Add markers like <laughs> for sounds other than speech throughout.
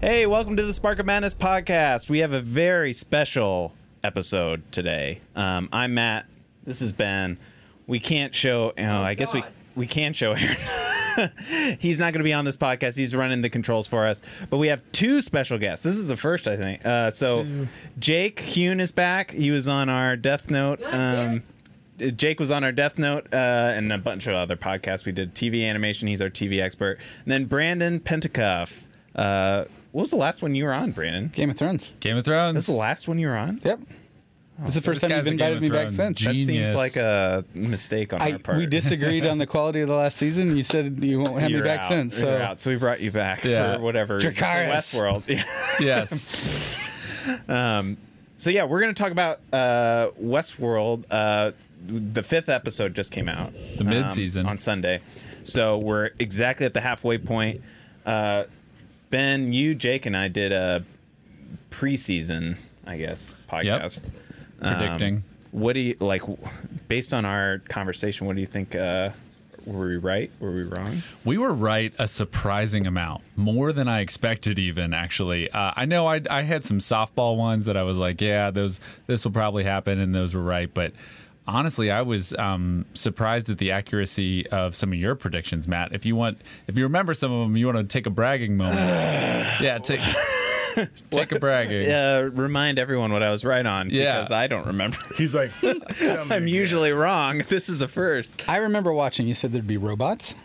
Hey, welcome to the Spark of Madness podcast. We have a very special episode today. Um, I'm Matt. This is Ben. We can't show. Oh, I guess we God. we can show Aaron. He's not going to be on this podcast. He's running the controls for us. But we have two special guests. This is the first, I think. Uh, so Jake Hune is back. He was on our Death Note. God damn Um, Jake was on our Death Note uh, and a bunch of other podcasts. We did TV animation. He's our TV expert. And then Brandon Pentacuff. Uh, what was the last one you were on, Brandon? Game of Thrones. Game of Thrones. That's the last one you were on? Yep. this is the first Oh, time This guy's you've a Game invited of me back Thrones since. G- That seems Genius. like a mistake on our I, part. we disagreed on the quality of the last season. You said you won't have You're me back out. since. So You're out. So we brought you back Yeah. for whatever reason. For Dracarys. Westworld. <laughs> Yeah. <laughs> <laughs> yes. so yeah, we're gonna talk about uh, Westworld. Uh, the fifth episode just came out. Um, The mid-season. on Sunday, so we're exactly at the halfway point. Uh, ben, you, Jake, and I did a preseason, I guess, podcast. Um, Predicting. what do you like? w- Based on our conversation, what do you think? Uh, were we right? Were we wrong? We were right a surprising amount, more than I expected. Even actually, uh, I know I, I had some softball ones that I was like, yeah, those this will probably happen, and those were right. But honestly, I was um, surprised at the accuracy of some of your predictions, Matt. If you want, if you remember some of them, you want to take a bragging <sighs> moment. yeah, <laughs> take take a bragging. Uh, remind everyone what I was right on Yeah. because I don't remember. <laughs> He's like, "Tell me I'm again." usually wrong. This is a first. I remember watching. You said there'd be robots.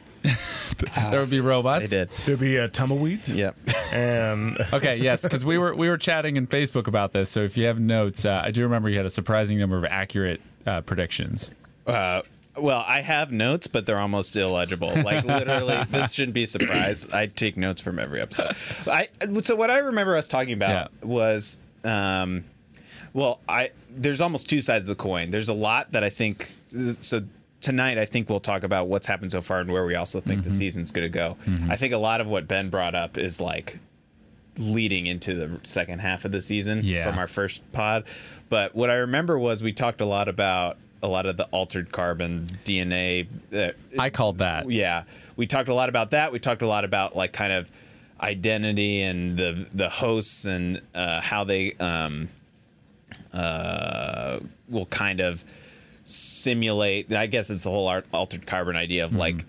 There would be robots. I did. There'd be uh, tumbleweeds. Yep. <laughs> And Okay, yes, because we were we were chatting in Facebook about this. So if you have notes, uh, I do remember you had a surprising number of accurate uh, predictions. Uh, well, I have notes, but they're almost illegible. Like literally, this shouldn't be a surprise. I take notes from every episode. I so what I remember us talking about Yeah. was, um, well, I there's almost two sides of the coin. There's a lot that I think so. Tonight, I think we'll talk about what's happened so far and where we also think the season's going to go. I think a lot of what Ben brought up is like leading into the second half of the season Yeah. from our first pod. But what I remember was we talked a lot about a lot of the altered carbon DNA. Uh, I called that. yeah, we talked a lot about that. We talked a lot about like kind of identity and the the hosts and uh, how they um, uh, will kind of simulate. I guess it's the whole art, altered carbon idea of like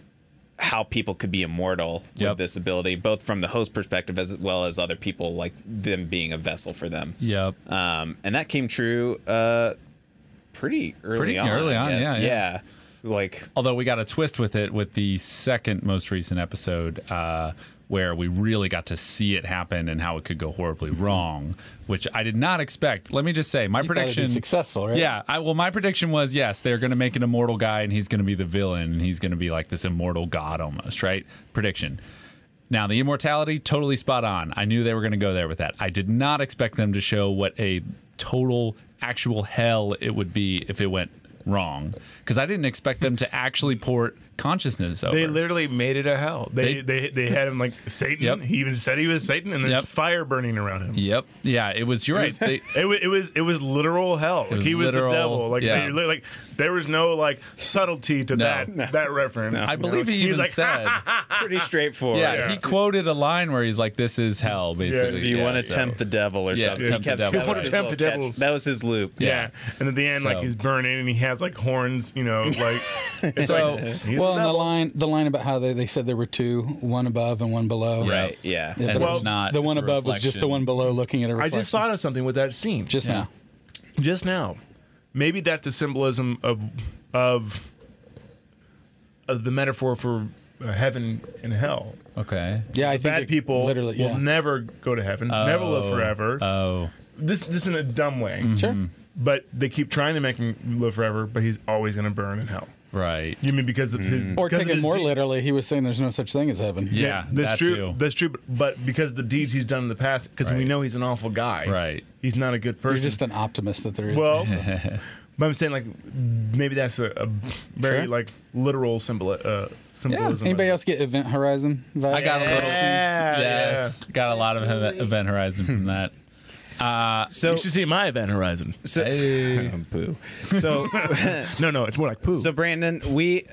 how people could be immortal Mm-hmm. Yep. with this ability, both from the host perspective as well as other people, like them being a vessel for them. Yep. Um, and that came true uh, pretty early Pretty on. I early on, guess. yeah, yeah. yeah. Like Although we got a twist with it with the second most recent episode, uh, where we really got to see it happen and how it could go horribly wrong, which I did not expect. Let me just say, my You thought it'd be prediction successful, right? Yeah. I, well, my prediction was yes, they're going to make an immortal guy, and he's going to be the villain, and he's going to be like this immortal god almost, right? Prediction. Now the immortality, totally spot on. I knew they were going to go there with that. I did not expect them to show what a total actual hell it would be if it went wrong, because I didn't expect them to actually port consciousness over. they literally made it a hell. They They- they they, had him like Satan. Yep. He even said he was Satan, and there's Yep. fire burning around him. yep. Yeah. It was. You're <laughs> right. They, It was, it was it was literal hell. Like was he was literal- the devil. Like yeah. they, li- like there was no like subtlety to No. that that reference. I believe he He's even like, "Ah, said. pretty straightforward. yeah, Yeah. He quoted a line where he's like, "This is hell," basically. If you want to so- tempt the devil or Yeah, something. tempt the devil. that You wanna was his little tempt the devil. catch. That was his loop. Yeah. Yeah. and at the end, like So- he's burning, and he has like horns, you know, <laughs> like it's So- like, he's well, the and the devil. line the line about how they, they said there were two, one above and one below. Right. Yeah. Yeah, And but it it's was- not- the it's one a above was just the reflection. one below looking at a I reflection. just thought of something with that scene. just now. just now. Maybe that's a symbolism of of, of the metaphor for uh, heaven and hell. Okay. Yeah, I think Bad it- people literally yeah. will never go to heaven, never live forever. Oh. this this in a dumb way, sure. Mm-hmm. but they keep trying to make him live forever, but he's always going to burn in hell. Right. You mean because of his Mm. Or because of take it his more de- literally, he was saying there's no such thing as heaven. Yeah, that's that true. too. That's true. But, but because of the deeds he's done in the past, because we Right. know he's an awful guy. Right. He's not a good You're person. just an optimist that there is. <laughs> Well, but I'm saying like maybe that's a, a very Sure. like literal symbol. Uh, symbolism. Anybody else get Event Horizon vibe? I got a little. Yeah, yes. Got a lot of he- Event Horizon from that. So, you should see my event horizon. so <laughs> boo. <laughs> So, No, no, it's more like poo. so Brandon, we,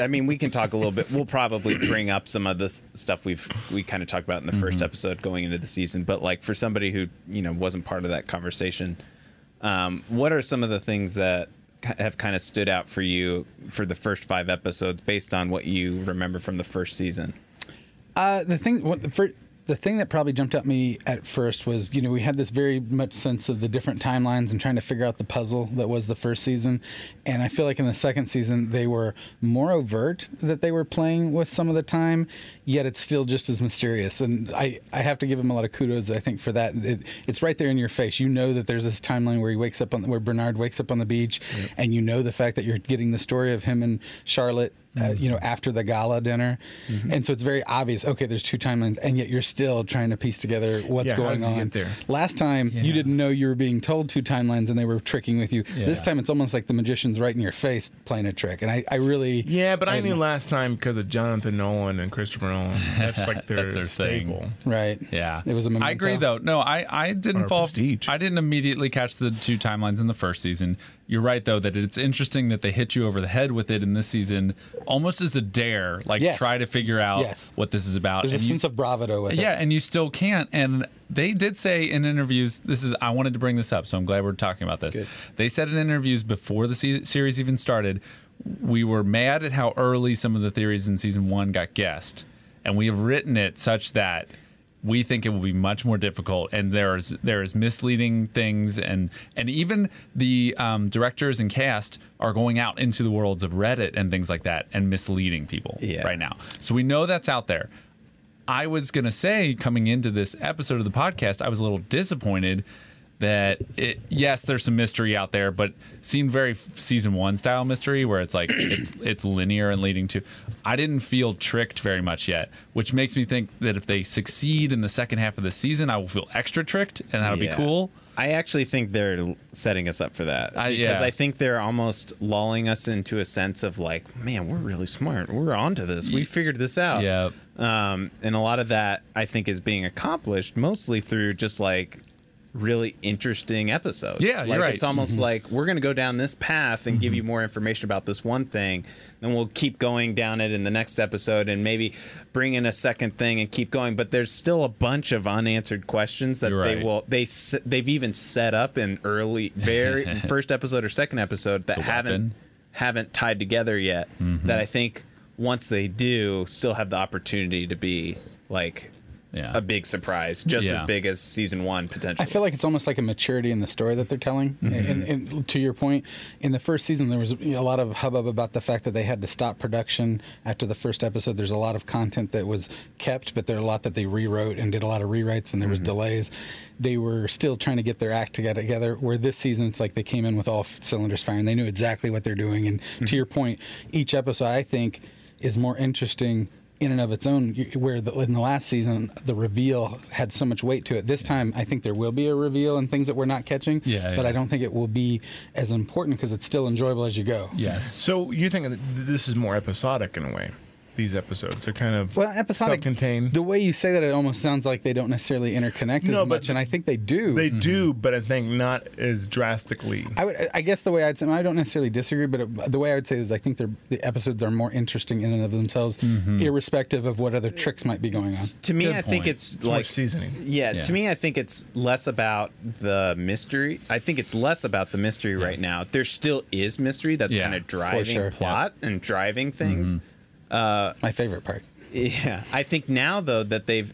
I mean, we can talk a little bit. We'll probably bring up some of the s- stuff we've we kind of talked about in the 1st Mm-hmm. episode going into the season. But like for somebody who you know wasn't part of that conversation, um, what are some of the things that ki- have kind of stood out for you for the first five episodes based on what you remember from the first season? Uh, the thing, what, the, fir- the thing that probably jumped at me at first was, you know, we had this very much sense of the different timelines and trying to figure out the puzzle that was the first season, and I feel like in the second season they were more overt that they were playing with some of the time, yet it's still just as mysterious. And I, I have to give them a lot of kudos, I think, for that. It, it's right there in your face. You know that there's this timeline where he wakes up on where Bernard wakes up on the beach, and you know the fact that you're getting the story of him and Charlotte uh, you know, after the gala dinner. And so it's very obvious, okay, there's two timelines, and yet you're still trying to piece together what's Yeah, how going did you on. get there? Last time, you Yeah. didn't know you were being told two timelines and they were tricking with you. This Yeah. time, it's almost like the magician's right in your face playing a trick. And I, I really. yeah, but I, knew last time because of Jonathan Nolan and Christopher Nolan. That's like their, That's their thing. staple. Right. Yeah, It was a I agree memento. though. No, I I didn't Or fall. prestige. I didn't immediately catch the two timelines in the first season. You're right though that it's interesting that they hit you over the head with it in this season, almost as a dare, like Yes. try to figure out Yes. what this is about. There's a And you- sense of bravado with it. yeah, and you still can't. And they did say in interviews, this is, I wanted to bring this up, so I'm glad we're talking about this. They said in interviews before the se- series even started, we were mad at how early some of the theories in season one got guessed. And we have written it such that we think it will be much more difficult and there's there's misleading things and and even the um, directors and cast are going out into the worlds of reddit and things like that and misleading people Yeah. right now so we know that's out there I was going to say coming into this episode of the podcast, I was a little disappointed that it yes, there's some mystery out there, but seemed very f- season 1 style mystery <clears throat> where it's like it's it's linear and leading to I didn't feel tricked very much yet, which makes me think that if they succeed in the second half of the season, I will feel extra tricked and that'll Yeah. be cool. I actually think they're l- setting us up for that I- because yeah. I think they're almost lulling us into a sense of like, man, we're really smart. We're onto this. We Ye- figured this out. Yeah. Um, and a lot of that I think is being accomplished mostly through just like really interesting episodes. Yeah, like, you're right. It's almost like we're gonna go down this path and Mm-hmm. give you more information about this one thing, then we'll keep going down it in the next episode and maybe bring in a second thing and keep going. But there's still a bunch of unanswered questions that You're they right. will they s- they've even set up in early <laughs> very first episode or second episode that haven't weapon. Mm-hmm. haven't tied together yet that I think once they do still have the opportunity to be like Yeah. a big surprise just as Yeah. big as season 1 potentially I feel like it's almost like a maturity in the story that they're telling. And, and to your point, in the first season, there was you know, a lot of hubbub about the fact that they had to stop production after the first episode. There's a lot of content that was kept, but there are a lot that they rewrote and did a lot of rewrites, and there was delays. They were still trying to get their act together. together where this season, it's like they came in with all f- cylinders firing. They knew exactly what they're doing. And to your point, each episode, I think, is more interesting in and of its own. you- Where the, in the last season, the reveal had so much weight to it. This time, I think there will be a reveal and things that we're not catching. Yeah, but yeah. I don't think it will be as important because it's still enjoyable as you go. Yes. So you think that this is more episodic in a way? These episodes, they're kind of Well, episodic. self-contained. The way you say that, it almost sounds like they don't necessarily interconnect No, as but much, and I think they do. They do, but I think not as drastically. I would, I guess the way I'd say, I don't necessarily disagree, but it, the way I would say it is, I think they're, the episodes are more interesting in and of themselves, irrespective of what other tricks might be going on. to me Good I think point. it's, more like seasoning. Yeah, Yeah. to me I think it's less about the mystery. I think it's less about the mystery right now. There still is mystery that's Yeah, kind of for Mm-hmm. driving sure. plot and driving things. My favorite part. Yeah, I think now though that they've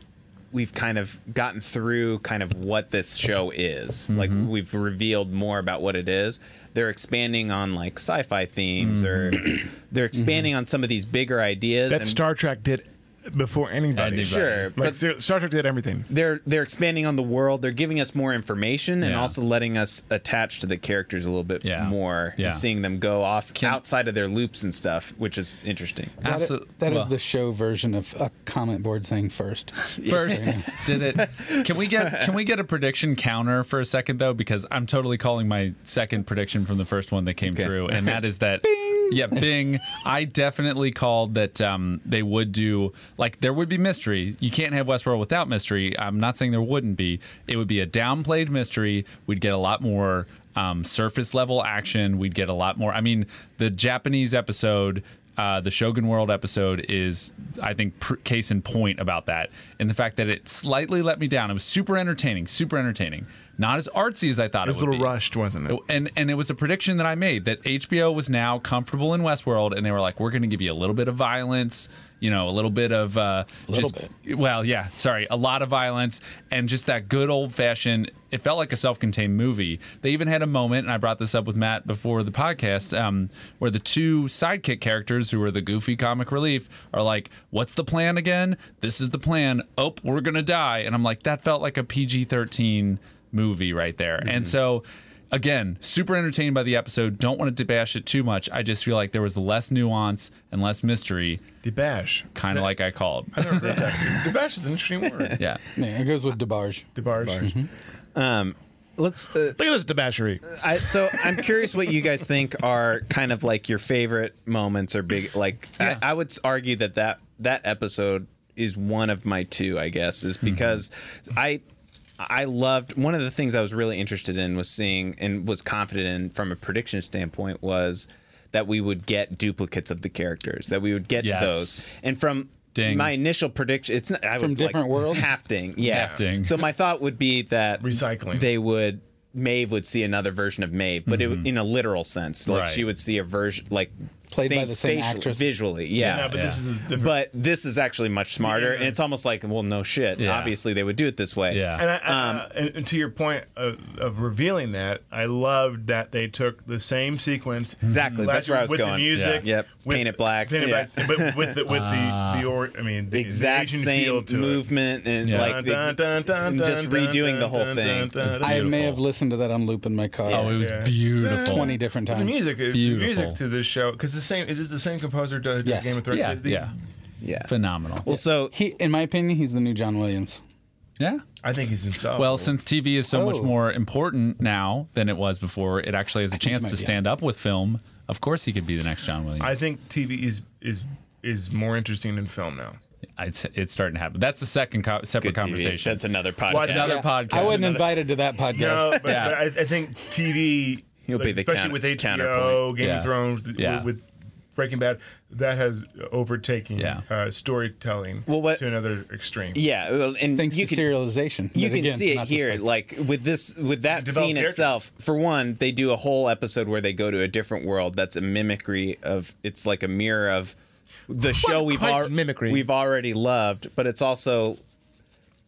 we've kind of gotten through kind of what this show is. Mm-hmm. Like we've revealed more about what it is. They're expanding on like sci-fi themes Mm-hmm. or <clears throat> they're expanding on some of these bigger ideas. That and Star Trek did before anybody. Anybody. sure, Like but Star Star Trek did everything. they're they're expanding on the world. They're giving us more information and Yeah. also letting us attach to the characters a little bit Yeah. more Yeah. and seeing them go off outside of their loops and stuff, which is interesting. That is- Absol- that is well- the show version of a comment board saying <laughs> first. first did it can we get can we get a prediction counter for a second though because i'm totally calling my second prediction from the first one that came through and that is that yeah bing i definitely called that um, they would do Like there would be mystery. You can't have Westworld without mystery. I'm not saying there wouldn't be. It would be a downplayed mystery. We'd get a lot more um, surface level action. We'd get a lot more. I mean, the Japanese episode. Uh, the Shogun World episode is, I think, pr- case in point about that, and the fact that it slightly let me down. It was super entertaining, super entertaining. Not as artsy as I thought it, It was a would little be. rushed, wasn't it? And and it was a prediction that I made that HBO was now comfortable in Westworld, and they were like, we're going to give you a little bit of violence, you know, a little bit of uh, Little just well, yeah, sorry, a lot of violence and just that good old fashioned. It felt like a self-contained movie. They even had a moment, and I brought this up with Matt before the podcast, um, where the two sidekick characters, who are the goofy comic relief, are like, "What's the plan again? This is the plan. Oh, we're gonna die." And I'm like, that felt like a PG-13 movie right there. And so again, super entertained by the episode. Don't want to bash it too much. I just feel like there was less nuance and less mystery, The bash. kind of like I called. I never heard <laughs> that. The bash is an interesting word. Yeah. Yeah, it goes with DeBarge. The barge. Let's. Uh, Look at this debauchery. I, so I'm curious what you guys think are kind of like your favorite moments or big. Like I, I would s- argue that that that episode is one of my two. I guess is Mm-hmm. because I. I loved one of the things I was really interested in was seeing and was confident in from a prediction standpoint was that we would get duplicates of the characters that we would get Yes. those and from Ding. my initial prediction it's not, I From would different like, worlds? half ding yeah Half ding. so my thought would be that Recycling. they would Maeve would see another version of Maeve, but it, Mm-hmm. in a literal sense, like Right. she would see a version like Played by the same actress. visually, yeah. Yeah, but this Yeah. is a different. but this is actually much smarter, and it's almost like, well, no shit. Yeah. Obviously, they would do it this way. Yeah. and, I, um, I- I- and- and to your point of, of revealing that, I loved that they took the same sequence Exactly, that's last- where I was with going. the music. Yeah. Yep, with- paint it black, Paint it yeah. black, but with the <laughs> with the, the or, I mean the, exact the Asian feel same to It. movement and Yeah. like Dun, ex- dun, dun, dun, and just dun, redoing the dun, whole dun, thing. dun, dun, I dun. may Beautiful. have listened to that on loop in my car. Oh, it was Yeah. beautiful. 20 different The times. music, is- the Beautiful. music to this show, because the same is this the same composer does Yes. Game of Thrones? Yeah. These- yeah. yeah. Phenomenal. Well, so He, in my opinion, he's the new John Williams. yeah. I think he's himself. Well, since TV is so much Oh. more important now than it was before, it actually has a chance might to be stand up with film. Of course, he could be the next John Williams. I think TV is is is more interesting than film now. it's, it's starting to happen. That's the second co- separate good TV. conversation. That's another podcast. Well, another- Another podcast. I wasn't invited to that podcast. No, but, Yeah. but I, I think TV, He'll be the especially counter- with HBO, counterpoint. Game Yeah. of Thrones, th- Yeah. with Breaking Bad, that has overtaken Yeah. uh, storytelling Well, what- to another extreme. yeah, well, and Thanks you to can, serialization. you But can again, see it not this here podcast. like with this with that Develop scene characters. itself for one they do a whole episode where they go to a different world that's a mimicry of it's like a mirror of the show we've, quite al- mimicry. we've already loved but it's also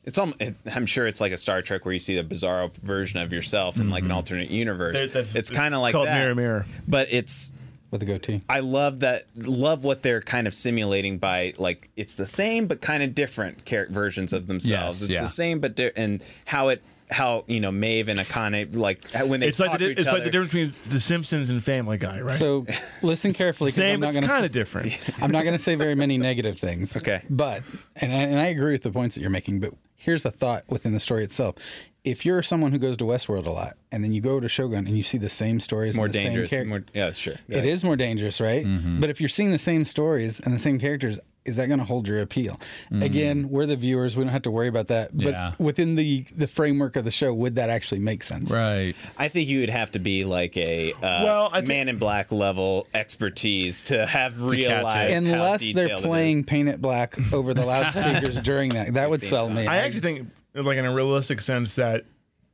it's almost, I'm sure it's like a Star Trek where you see the bizarro version of yourself in like an alternate universe. That- that's- it's kind of like it's Mm-hmm. called that, Mirror, Mirror. But it's with a goatee. I love that. Love what they're kind of simulating by like it's the same but kind of different char- versions of themselves. Yes, it's yeah. the same but di- and how it how you know Maeve and Akane like how- when they It's talk like to the, di- each it's other. like the difference between The Simpsons and Family Guy, right? So listen carefully because I'm same, not but going it's kind of to. different. I'm not going to say very many negative <laughs> things. Okay. But and I, and I agree with the points that you're making. But here's a thought within the story itself: If you're someone who goes to Westworld a lot and then you go to Shogun and you see the same stories, more and the dangerous. Same more, Mm-hmm. yeah, sure. It is more dangerous, right? But if you're seeing the same stories and the same characters, is that going to hold your appeal? Mm. Again, we're the viewers; we don't have to worry about that. But Yeah. within the the framework of the show, would that actually make sense? right. I think you would have to be like a uh, Well, I think- man in black level expertise to have catch it. realized how Unless they're detailed it playing Paint It Black over <laughs> the loudspeakers during that, that would sell me. I actually think, like in a realistic sense, that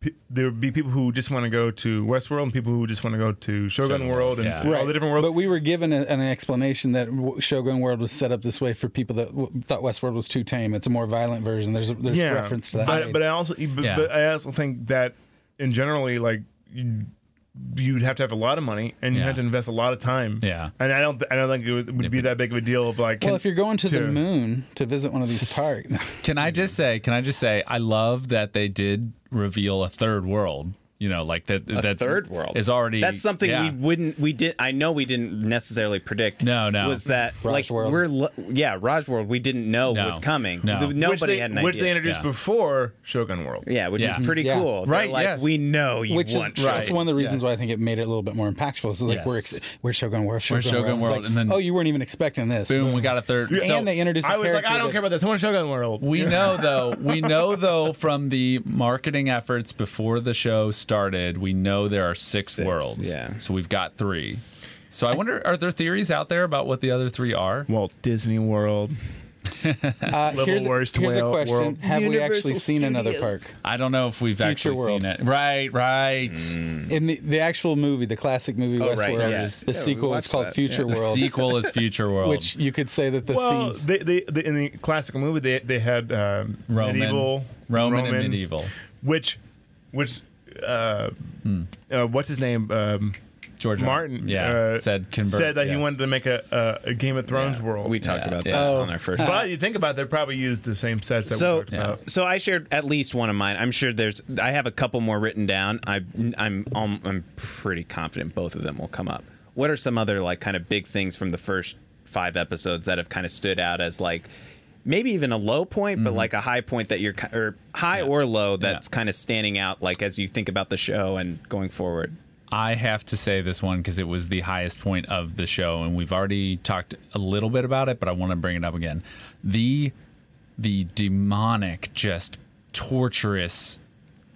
p- there would be people who just want to go to Westworld and people who just want to go to Shogun Shogun, World and yeah. all the different But worlds. we were given a, an explanation that w- Shogun World was set up this way for people that w- thought Westworld was too tame. It's a more violent version. There's a, there's yeah, reference to that. But, but I also, but, Yeah. but I also think that in generally, like you, you'd have to have a lot of money and you Yeah. would have to invest a lot of time. Yeah. and I don't, I don't think it would, would be that big of a deal of like. well, if you're going to, the to- moon to visit one of these parks, Can I just say? Can I just say? I love that they did reveal a third world You know, like that. a that third world is already. that's something yeah. we wouldn't we did I know we didn't necessarily predict. No, no. was that Raj like World. we're l- yeah Raj World we didn't know No. was coming. No. Th- Which Nobody which they, had an which they idea. introduced Yeah. before Shogun World. yeah, which Yeah. is pretty Yeah. cool. They're Right, like yeah. we know you <laughs> Which want is Shogun. that's one of the reasons why I Yes. think it made it a little bit more impactful. It's like we're ex- Yes. we're Shogun World, Shogun, Shogun It's World, like, and then- oh, you weren't even expecting this. boom. We got a third. And so- they introduced. a I was like, I character don't that- care about this. I want Shogun World. We know though, <laughs> we know though from the marketing efforts before the show started, we know there are six, Six, worlds. yeah. So we've got three. So I wonder, are there theories out there about what the other three are? Walt Disney World. Uh, here's, a- worst here's a whale- question: world. Have we Universal actually seen another Studios. park? I don't know if we've actually world. seen it. Right, right. Mm. In the, the actual movie, the classic movie Oh, right, Westworld, yeah. the Yeah, we sequel is watched called that, Future yeah. The World, sequel <laughs> is Future World. which you could say that the Well, scene. they, they, they, in the classic movie, they, they had um, Roman, medieval, Roman, and medieval. which, which, uh, uh, what's his name? Um, Hmm. George R. Martin. yeah, uh, said convert. said that yeah. he wanted to make a, a, a Game of Thrones Yeah. world. We talked Yeah. about Yeah. that Oh. on our first. but you think about it, they probably used the same sets that we so talked about. so I shared at least one of mine. I'm sure there's I have a couple more written down. I I'm um, I'm pretty confident both of them will come up. What are some other like kind of big things from the first 5 episodes that have kind of stood out as like maybe even a low point but like a high point that you're ki- or high or low that's kind of standing out like as you think about the show and going forward? I have to say this one because it was the highest point of the show, and we've already talked a little bit about it, but I want to bring it up again. The the demonic, just torturous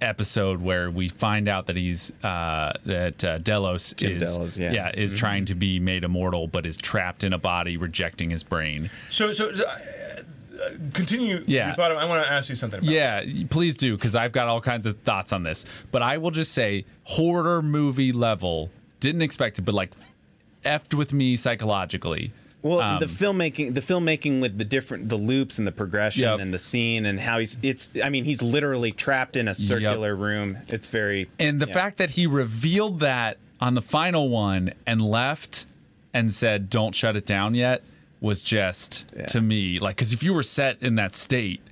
episode where we find out that he's uh, that uh, Delos is Delos, yeah. Mm-hmm. is trying to be made immortal, but is trapped in a body, rejecting his brain. So, so uh, uh, continue. Yeah. You thought of, I want to ask you something. About Yeah, y- please do because I've got all kinds of thoughts on this. But I will just say horror movie level. Didn't expect it, but like effed with me psychologically. Well, the Um, filmmaking, the filmmaking with the different, the loops and the progression Yep. and the scene and how he's, it's, I mean, he's literally trapped in a circular room. It's very, And the yeah. fact that he revealed that on the final one and left and said, "Don't shut it down yet," was just to me like because if you were set in that state,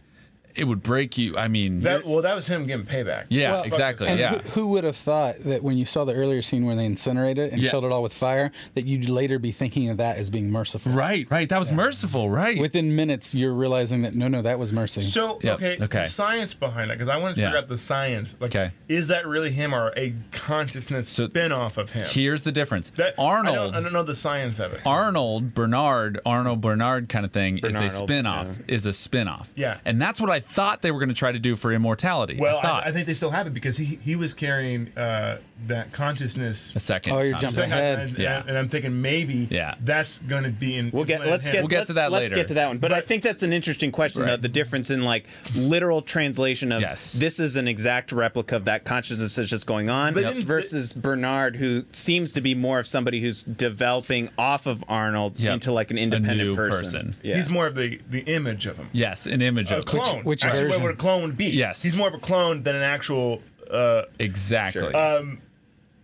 it would break you. I mean, That, well, that was him getting payback. yeah, exactly, And yeah. who, who would have thought that when you saw the earlier scene where they incinerated it and Yeah. killed it all with fire, that you'd later be thinking of that as being merciful? right, right. That was merciful, right? Within minutes, you're realizing that no, no, that was mercy. So Yep, okay, okay. the science behind that because I want to Yeah. figure out the science. Like, Okay. is that really him or a consciousness So- spin-off of him? Here's the difference. that, Arnold. I don't, I don't know the science of it. Arnold Bernard, Arnold Bernard kind of thing is a Bernardo, spin-off, is a spin-off. Yeah. And that's what I thought they were going to try to do for immortality. well, I I, thought I think they still have it because he he was carrying uh, that consciousness. a second. Oh, you're jumping And, concept. ahead. and- Yeah. and I'm thinking maybe Yeah. that's going to be in. We'll get let's get We'll get to let's- that let's later. get to that one. But, I think that's an interesting question though, Right. the difference in like literal translation of Yes. this is an exact replica of that consciousness that's just going on But didn't- versus Bernard who seems to be more of somebody who's developing off of Arnold Yep. into like an A independent new person. person. Yeah. He's more of the the image of him. Yes, an image A of clone. which Actually, version? What would a clone would be? Yes. He's more of a clone than an actual. Uh, exactly. Sure.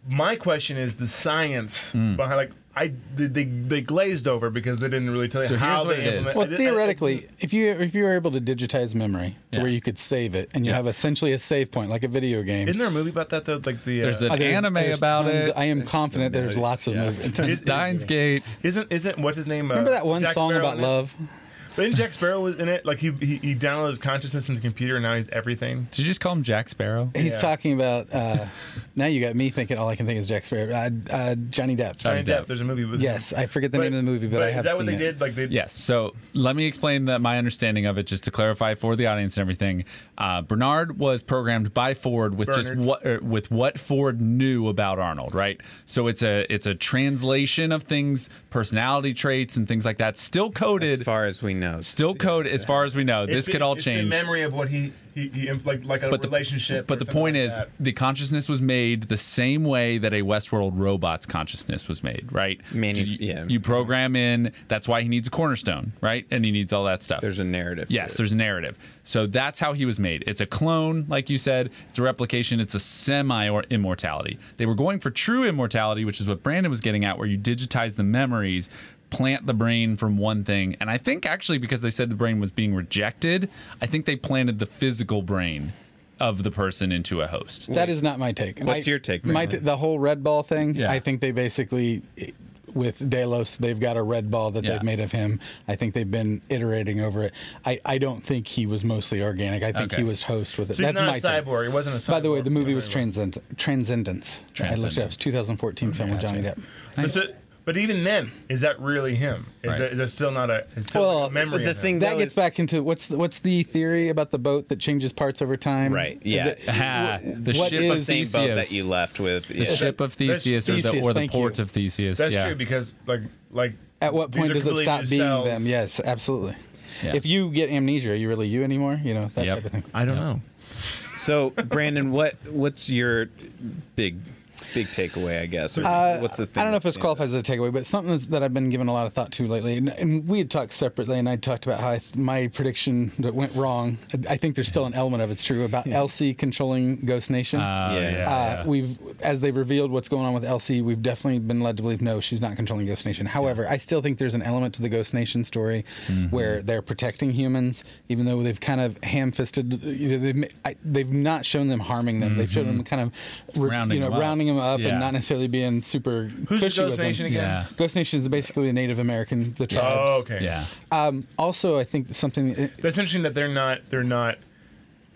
my question is the science behind like I they, they they glazed over because they didn't really tell you So how here's what they it is. implement- Well, I did- I- theoretically, if you if you were able to digitize memory to Yeah. where you could save it and you Yeah. have essentially a save point like a video game, isn't there a movie about that though? Like the uh, There's an uh, there's- anime there's about tons- it. I am confident there's movies, lots of yeah. movies. <laughs> Tons- Steins Gate. isn't isn't what's his name? uh, Remember that one song about love? But Jack Sparrow was in it. Like he he, he downloaded his consciousness in the computer and now he's everything. Did you just call him Jack Sparrow? He's Yeah. talking about. Uh, <laughs> now you got me thinking. All I can think is Jack Sparrow. Uh, uh, Johnny Depp. Johnny Depp. Depp. There's a movie with Yes, I forget the But- name of the movie, but, I is have that seen what they it. did? Like they Yes. So let me explain that my understanding of it, just to clarify for the audience and everything. Uh, Bernard was programmed by Ford with just Bernard. what er, with what Ford knew about Arnold, right? So it's a it's a translation of things, personality traits, and things like that. Still as coded, far as we know. still code as far as we know. It's This the- could all it's change. The memory of what he he, he imp- like like a But the- relationship. But or the something point like is, that. the consciousness was made the same way that a Westworld robot's consciousness was made, right? Manu- you, yeah. you program in. That's why he needs a cornerstone, right? And he needs all that stuff. There's a narrative. to Yes, it. there's a narrative. So that's how he was made. It's a clone, like you said. It's a replication. It's a semi or immortality. They were going for true immortality, which is what Brandon was getting at, where you digitize the memories, plant the brain from one thing. And I think actually, because they said the brain was being rejected, I think they planted the physical brain of the person into a host. That is not my take. What's I- your take, My Brandon? t- the whole red ball thing. Yeah. I think they basically, with Delos, they've got a red ball that Yeah. they've made of him. I think they've been iterating over it. I, I don't think he was mostly organic. I think he Okay. was host with it. So he's That's not my a take. cyborg. It wasn't a cyborg. By the way, the movie was Cyborg. transcend- Transcendence. I looked it up. It's Transcendence. 2014 film with Johnny Depp. But so- But even then, is that really him? Is, Right. that, is that still not a, it's still Well, a memory? the of him. thing- That That gets was- back into what's the, what's the theory about the boat that changes parts over time? Right, yeah. The- Ha, <laughs> the what ship the of is- same boat Theseus. that you left with. The yeah. ship of Theseus, or the, Theseus, or the thank you. port of Theseus. That's yeah. true because like like At what these point are does it completely stop new being cells. them? Yes, absolutely. Yeah. If you get amnesia, are you really you anymore? You know that Yep. type of thing. I don't know. So, Brandon, what what's your big big takeaway? I guess. Or Uh, what's the thing? I don't know if that this stands out? qualifies as a takeaway, but something that's, that I've been giving a lot of thought to lately, and, and we had talked separately, and I talked about how I th- my prediction that went wrong. I, I think there's still an element of it's true about LC controlling Ghost Nation. Uh, Yeah. yeah, Uh, yeah. Uh, we've, as they revealed what's going on with LC, we've definitely been led to believe no, she's not controlling Ghost Nation. However, I still think there's an element to the Ghost Nation story Mm-hmm. where they're protecting humans, even though they've kind of ham-fisted. You know, they've ma- I, they've not shown them harming them. They've shown them kind of re- Mm-hmm. Rounding you know them up. rounding them up Yeah. and not necessarily being super. Who's cushy the Ghost with them. Nation again? Yeah. Ghost Nation is basically the Native American, the tribes. Oh, okay. yeah. Um, also, I think something That's interesting that they're not they're not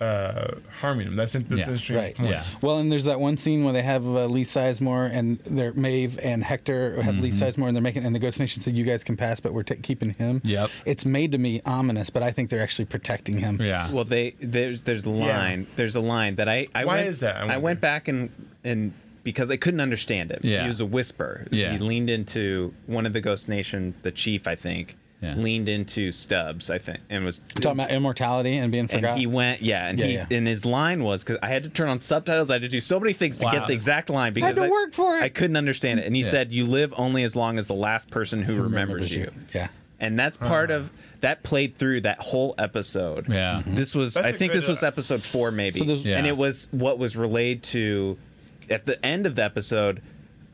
uh, harming him. That's, in- that's Yeah. interesting. Right. point. Yeah. Well, and there's that one scene where they have uh, Lee Sizemore and their Maeve and Hector have Mm-hmm. Lee Sizemore and they're making and the Ghost Nation said you guys can pass, but we're ta keeping him. Yep. It's made to me ominous, but I think they're actually protecting him. Yeah. Well, they there's there's a line there's a line that I I Why went, is that? I I, wonder. went back and and because I couldn't understand it. Yeah. He was a whisper. Yeah. He leaned into one of the Ghost Nation, the chief, I think. Yeah. Leaned into Stubbs, I think, and was I'm talking about immortality and being and forgotten. he went yeah, and Yeah, he yeah. and his line was because I had to turn on subtitles. I had to do so many things to Wow. get the exact line because to work for it. I couldn't understand it. And he said, "You live only as long as the last person who remembers, you." Yeah. and that's part of that played through that whole episode. Yeah. Mhm. this was Mm-hmm. That's I a think good, this was uh, episode four maybe, So there's- Yeah. and it was what was relayed to at the end of the episode.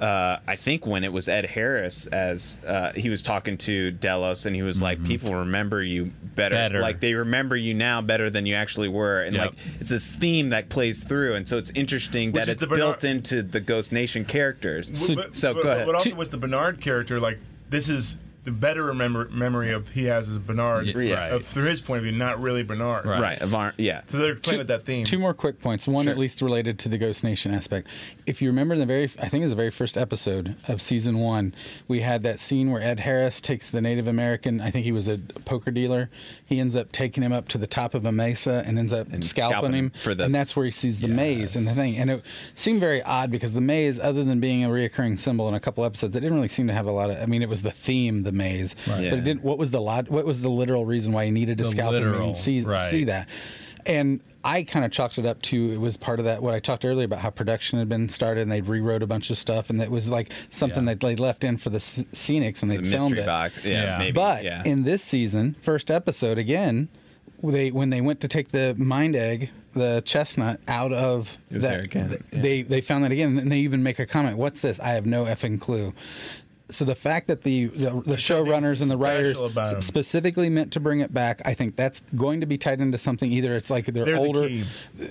Uh, I think when it was Ed Harris as uh, he was talking to Delos and he was like, "People remember you better. Mm-hmm. Better. like they remember you now better than you actually were." And Yep. like it's this theme that plays through, and so it's interesting Which that is it's the built Bernard- into the Ghost Nation characters. But- So, but, so but- go ahead. But also was the Bernard character like this is the better remember, memory of he has is Bernard Yeah, right. of, through his point of view, not really Bernard. Right. right, Avar- yeah. So they're playing with that theme. Two more quick points. One, at least related to the Ghost Nation aspect. If you remember, in the very, I think it was the very first episode of season one, we had that scene where Ed Harris takes the Native American. I think he was a poker dealer. He ends up taking him up to the top of a mesa and ends up scalping, scalping him. for the- and that's where he sees the maze and the thing. And it seemed very odd because the maze, other than being a reoccurring symbol in a couple episodes, it didn't really seem to have a lot of. I mean, it was the theme, the maze, but Yeah. it didn't. What was the lot? What was the literal reason why he needed to The scalp him literal, and see right. see that? And I kind of chalked it up to it was part of that what I talked earlier about how production had been started and they rewrote a bunch of stuff and it was like something Yeah. that they left in for the s- scenics and they the filmed mystery it. box. Yeah, Yeah. maybe. But yeah. in this season, first episode again, they when they went to take the mind egg, the chestnut out of was that, there again, th- yeah. they they found that again, and they even make a comment. What's this? I have no effing clue. So the fact that the the, the showrunners and the writers special about 'em. specifically meant to bring it back, I think that's going to be tied into something. Either it's like they're, They're the older, key.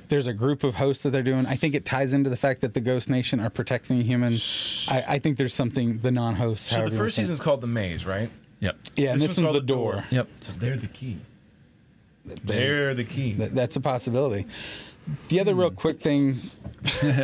there's a group of hosts that they're doing. I think it ties into the fact that the Ghost Nation are protecting humans. I, I think there's something the non-hosts. so however the you wanna first say it. season's called the Maze, right? Yep. yeah, and this this one's one's the called The Door. door. Yep. So they're the key. They- They're the key. Th- That's a possibility. The other Hmm. real quick thing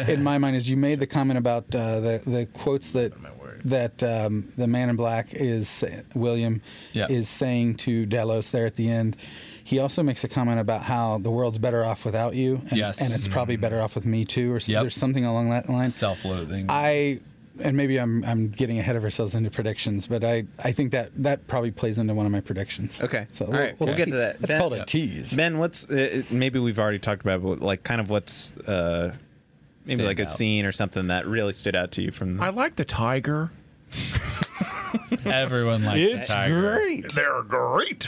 in my mind is you made the comment about uh, the the quotes that My word. that um, the man in black is sa- William Yeah. is saying to Delos there at the end. He also makes a comment about how the world's better off without you, and, Yes. Mm-hmm. and it's probably better off with me too, or so, Yep. there's something along that line. Self-loathing. I and maybe I'm I'm getting ahead of ourselves into predictions, but I, I think that that probably plays into one of my predictions. Okay. so All right. We'll get te- to that. That's Ben- called a tease. Ben, what's uh, maybe we've already talked about, it, but like kind of what's uh, maybe Stand like a out. scene or something that really stood out to you from the, like the tiger. Everyone likes the tiger. They're great.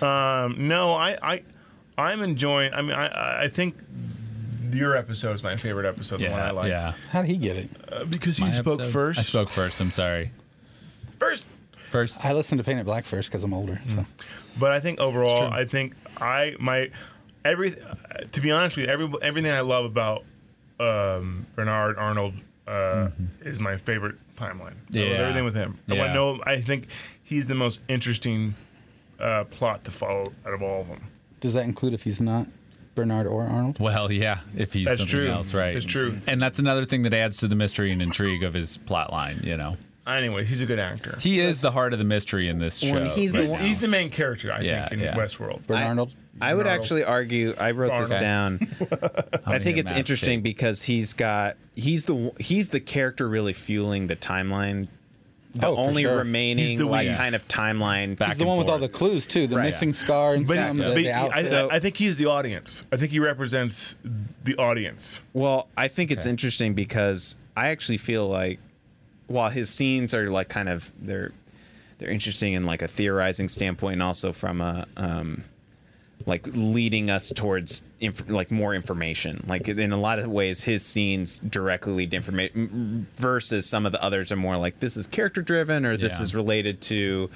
Um, no, I, I, I'm enjoying. I mean, I- I, I think your episode is my favorite episode. the one I Yeah. like. yeah. How did he get it? Uh, because you My spoke episode- first. I spoke first. I'm sorry. first. First. I listened to Paint It Black first because I'm older. So But I think true. overall, I think I my every to be honest with you, every, everything I love about um, Bernard Arnold uh, is my favorite timeline. I Mm-hmm. Yeah. love everything with him. I want Yeah. to know. I think he's the most interesting uh, plot to follow out of all of them. Does that include if he's not Bernard or Arnold? Well, yeah, if he's That's something true. else, right? That's true. And that's another thing that adds to the mystery and intrigue of his plot line, you know. Anyways, he's a good actor. He is the heart of the mystery in this show. When he's right the- now. He's the main character, I Yeah, think, in yeah. Westworld. Bernard I- Arnold? I would Arnold. actually argue. I wrote this Arnold. <laughs> down. I think get it's mad interesting shape. because he's got he's the he's the character really fueling the timeline. The Oh, for only sure. remaining He's the like weave. kind of timeline Back back. He's the one with all the forth. clues too. The Right. missing scar and But, some the, but the I, outside. So- I think he's the audience. I think he represents the audience. Well, I think it's Okay. interesting because I actually feel like while his scenes are like kind of they're they're interesting in like a theorizing standpoint and also from a um like leading us towards inf- like more information. Like in a lot of ways, his scenes directly lead to information versus some of the others are more like this is character driven or this Yeah. is related to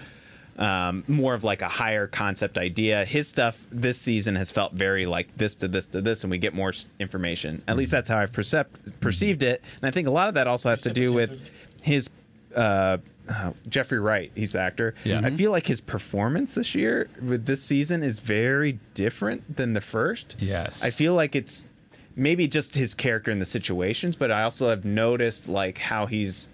um, more of like a higher concept idea. His stuff this season has felt very like this to this to this, and we get more s- information. At Mm-hmm. least that's how I've percept- perceived it, and I think a lot of that also has to do with his. Uh, uh, Jeffrey Wright, he's the actor. Yeah. Mm-hmm. I feel like his performance this year with this season is very different than the first. Yes. I feel like it's maybe just his character in the situations, but I also have noticed like how he's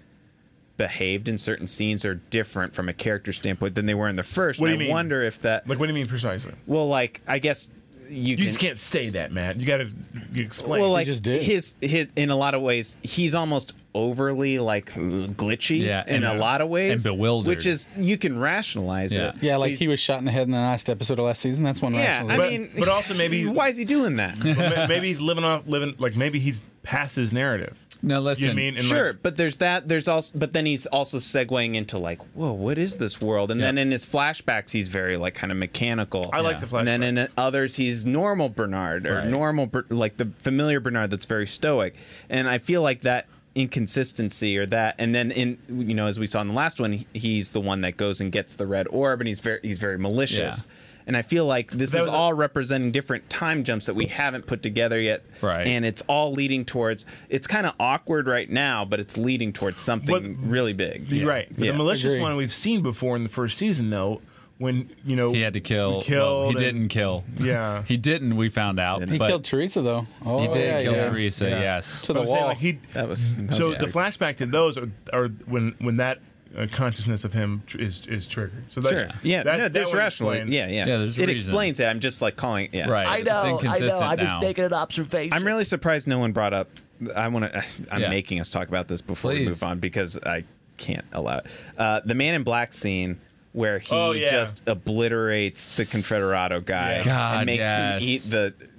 behaved in certain scenes are different from a character standpoint than they were in the first. What and do I you mean? wonder if that Like, what do you mean precisely? well like I guess you, You can just can't say that, Matt. You got to explain. well like just did. His, his in a lot of ways he's almost overly like glitchy Yeah, in and- uh, a lot of ways and bewildered. which is you can rationalize Yeah. it yeah, like He's- he was shot in the head in the last episode of last season. That's one. yeah I rationalization. But- mean <laughs> but also maybe- why is he doing that Ma- maybe he's living off living like maybe he's past his narrative. No, listen. You know what I mean? And, sure like, but there's that there's also but then he's also segueing into like whoa what is this world and then Yeah. in his flashbacks he's very like kind of mechanical I like Yeah. the and then in flashbacks. others he's normal bernard or Right. normal Ber- like the familiar bernard that's very stoic and i feel like that inconsistency or that and then in you know as we saw in the last one he- he's the one that goes and gets the red orb and he's very he's very malicious Yeah. And I feel like this That is was a- all representing different time jumps that we haven't put together yet. Right. And it's all leading towards it's kind of awkward right now but it's leading towards something But- really big You're right. But Yeah. The malicious Agree. one we've seen before in the first season, though, when you know he had to kill. killed well, he and- didn't kill. Yeah. he didn't. We found out. Didn't. he but killed Teresa though. Oh, He did yeah, kill yeah. Teresa. Yeah. Yes. To the I'm saying, wall. like, he- that was, that was so yeah. the flashback to those are, are when when that uh, consciousness of him tr- is is triggered. So that, sure yeah that, no, that there's would rational explain- yeah yeah, Yeah, there's it reason. explains it i'm just like calling yeah Right. I it's know, I know. inconsistent I'm now. just making an observation. i'm really surprised no one brought up i want to <laughs> i'm Yeah. making us talk about this before we Please. move on because i can't allow it uh, the man in black scene where he Oh, yeah. just obliterates the confederado guy Yeah. God, and makes yes. him eat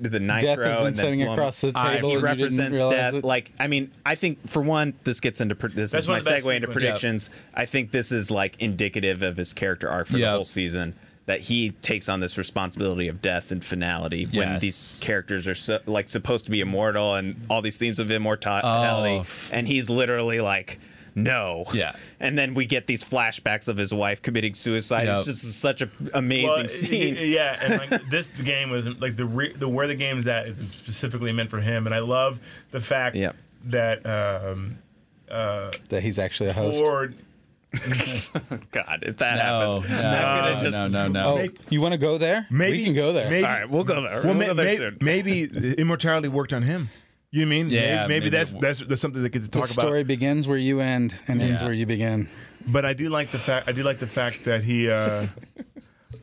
the the nitro Death has and been then sitting blow him- across the table. I- and he he you didn't represents realize death. it. Like, I mean, I think for one, this gets into pr- this That's is one my of the best segue into sequences. predictions. I think this is like indicative of his character arc for Yeah. the whole season that he takes on this responsibility of death and finality when Yes. these characters are so, like supposed to be immortal and all these themes of immortality, Oh, f- and he's literally like. No. Yeah. And then we get these flashbacks of his wife committing suicide. Yep. It's just such an amazing Well, scene. <laughs> y- y- <laughs> Yeah, and like this game was like the re- the where the game's at is specifically meant for him, and I love the fact Yep. that um, that he's actually a host. Ford God, if that No, happens. I'm no, gonna just- no, no, no. oh, you want to go there? Maybe we can go there. Maybe, All right, we'll go there. Well, we'll may, go there may- soon. maybe the immortality worked on him. You mean? May- Yeah, Maybe, maybe that's, it- that's that's something that gets to the talk story about. begins where you end and ends Yeah. where you begin. But I do like the fact. I do like the fact that he. Uh,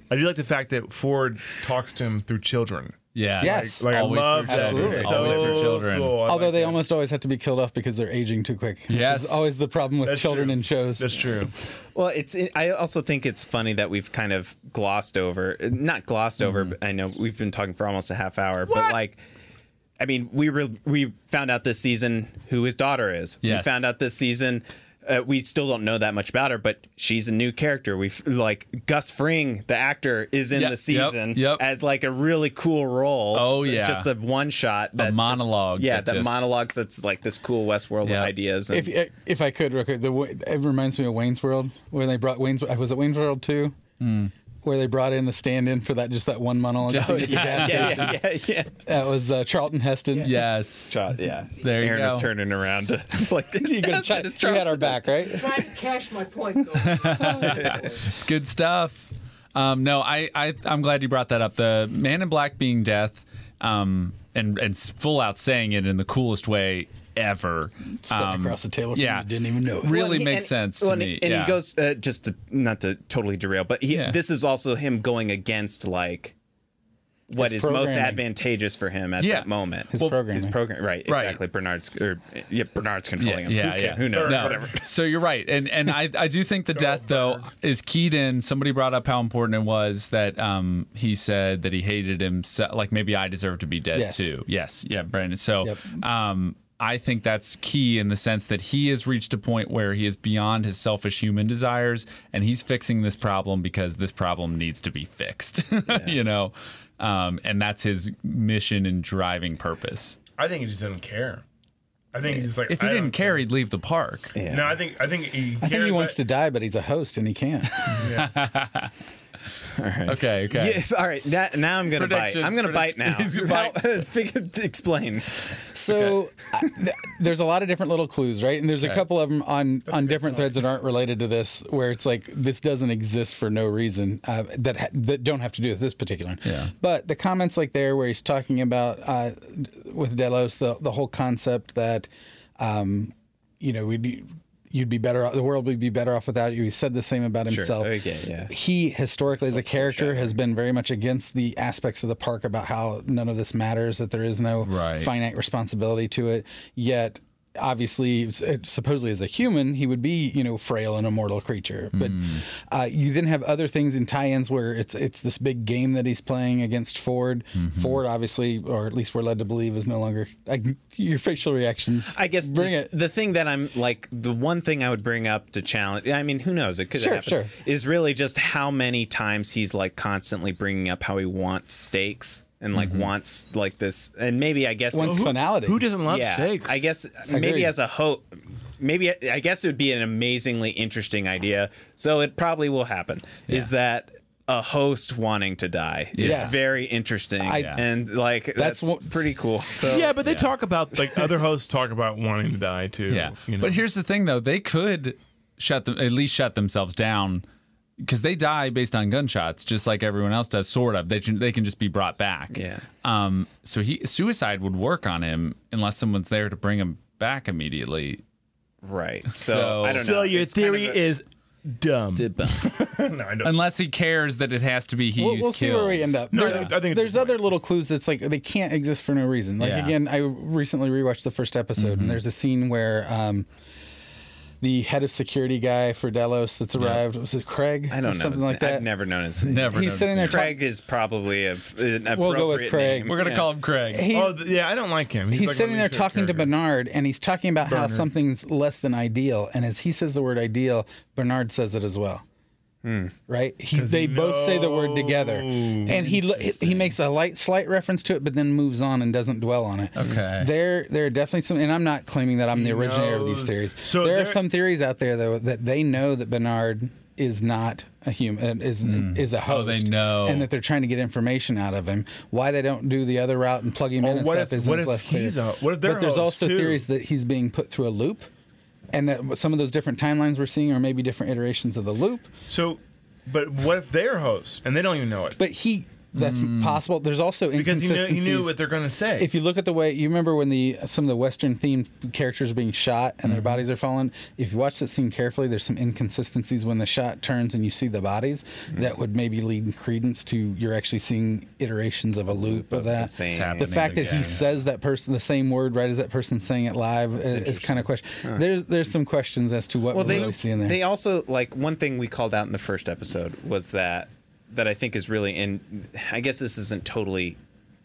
I do like the fact that Ford talks to him through children. Yeah. Yes. Like always I love through that. children. Absolutely. Always so through children. cool. I Although like they that. always always have to be killed off because they're aging too quick. Yes. Which is always the problem with That's children true. in shows. That's true. Well, it's. I also think it's funny that we've kind of glossed over, not glossed over. Mm-hmm. But I know we've been talking for almost a half hour, but like, I mean, we re- we found out this season who his daughter is. Yes. We found out this season. Uh, we still don't know that much about her, but she's a new character. We have like Gus Fring, the actor, is in Yep, the yep, season yep. as like a really cool role. Uh, Oh, yeah. just a one shot, that just- monologue yeah, that that, just- monologues. That's like this cool Westworld Yep. ideas. and- If uh, if I could real quick, the, wa- it reminds me of Wayne's World when they brought Wayne's. Was it Wayne's World two? where they brought in the stand-in for that just that one monologue. <laughs> Just- scene at the gas <laughs> yeah, station. <laughs> yeah, yeah, yeah. That was uh, Charlton Heston. Yes. Shot, uh, yeah. There you Aaron go. is turning around to <laughs> like this. <laughs> You, gotta guy's try, just you had our back, right? Trying to cash my points. over. It's good stuff. Um, no, I, I I'm glad you brought that up. The Man in Black being death, um, and and s- full out saying it in the coolest way ever. Sitting Um, across the table from yeah. you, didn't even know it. Really and he- makes and- sense to well, and me. He, and Yeah. he goes uh, just to not to totally derail, but he, Yeah. this is also him going against like what is His most programming. advantageous for him at Yeah. that moment. His his programming. program, right? Right. Exactly. Bernard's or yeah, Bernard's Yeah, controlling him. yeah, who, can- yeah. who knows? No. Whatever. <laughs> So you're right, and and I I do think the death though is keyed in. Somebody brought up how important it was that um he said that he hated himself. Like maybe I deserve to be dead Yes. too. Yes, yeah, Brandon. So Yep. um. I think that's key in the sense that he has reached a point where he is beyond his selfish human desires and he's fixing this problem because this problem needs to be fixed, <laughs> you know? Um, and that's his mission and driving purpose. I think he just didn't care. I think he's like If he I didn't don't- care, he'd leave the park. No, I think I think he. I think he cared, wants to but- die, but he's a host and he can't. Okay, okay. Yeah, <laughs> all right. That, now I'm gonna bite. Predictions, I'm gonna bite now. <laughs> predictions. <laughs> He's gonna How- figure- explain. So I, th- there's a lot of different little clues, right? And there's a couple of them on on different threads that aren't related to this, where it's like this doesn't exist for no reason uh, that ha- that don't have to do with this particular. One. Yeah. But the comments like there, where he's talking about uh, with Delos the the whole concept that, um, you know, we'd be, you'd be better off, the world would be better off without you. He said the same about himself Okay, yeah. he historically as a character has been very much against the aspects of the park about how none of this matters that there is no Right. finite responsibility to it yet obviously s- uh, supposedly as a human he would be you know frail and a mortal creature but Hmm. uh, you then have other things in tie-ins where it's it's this big game that he's playing against ford Mm-hmm. ford obviously or at least we're led to believe is no longer like your facial reactions I guess bring the, it the thing that I'm like the one thing I would bring up to challenge. I mean, who knows? It could Sure, happen. sure. Is really just how many times he's like constantly bringing up how he wants stakes and Mm-hmm. like wants like this. And maybe I guess once finality Who doesn't love yeah, steaks? I guess Agreed. maybe as a hope. Maybe I guess it would be an amazingly interesting idea. So it probably will happen. Is that a host wanting to die is Yes. very interesting I- and like that's, what- pretty cool. So yeah, but they talk about like other hosts talk about wanting to die too. Yeah. you know? But here's the thing, though. They could shut them, at least shut themselves down because they die based on gunshots, just like everyone else does, sort of. They can, they can just be brought back. Yeah. Um. So he suicide would work on him unless someone's there to bring him back immediately. right. So, So- I don't know. so your It's kind of theory a- is dumb. <laughs> debunk. no, I don't. Unless he cares that it has to be he we'll, who's we'll see where killed. we end up. No, I there's think- I think it's there's a good other little clues that's like they can't exist for no reason. Like Yeah. again, I recently rewatched the first episode, Mm-hmm. and there's a scene where um, the head of security guy for Delos that's arrived was it Craig? I don't or know. something his like name. that. I've never known his name. Never. He's noticed sitting there that. Craig is probably a, an appropriate We'll go with Craig. name. We're gonna Yeah. call him Craig. He- Oh, th- yeah, I don't like him. He's like, sitting a there leadership talking to character. Bernard, and he's talking about how Bernard. something's less than ideal. And as he says the word ideal, Bernard says it as well. Right? He, they both say the word together, and he lo- he he makes a light, slight reference to it, but then moves on and doesn't dwell on it. Okay. There, there are definitely some, and I'm not claiming that I'm the originator of these knows. theories. So there are there- some theories out there though that they know that Bernard is not a human is is a host. they know. and that they're trying to get information out of him. Why they don't do the other route and plug him Or in and what stuff if- is what is if less clear. he's a- what if they're but there's hosts, also too? theories that he's being put through a loop, and that some of those different timelines we're seeing are maybe different iterations of the loop. So, but what if they're hosts and they don't even know it? But he, that's possible. There's also Mm. because you knew, inconsistencies. you knew what they're gonna say. if you look at the way you remember when the some of the western themed characters are being shot and Mm-hmm. their bodies are falling if you watch that scene carefully there's some inconsistencies when the shot turns and you see the bodies Mm-hmm. that would maybe lead credence to you're actually seeing iterations of a loop of that same. It's the happening fact that he again. says that person the same word right as that person saying it live is, is kind of question there's there's some questions as to what Well, we're they really seeing there they also like one thing we called out in the first episode was that that I think is really in. I guess this isn't totally.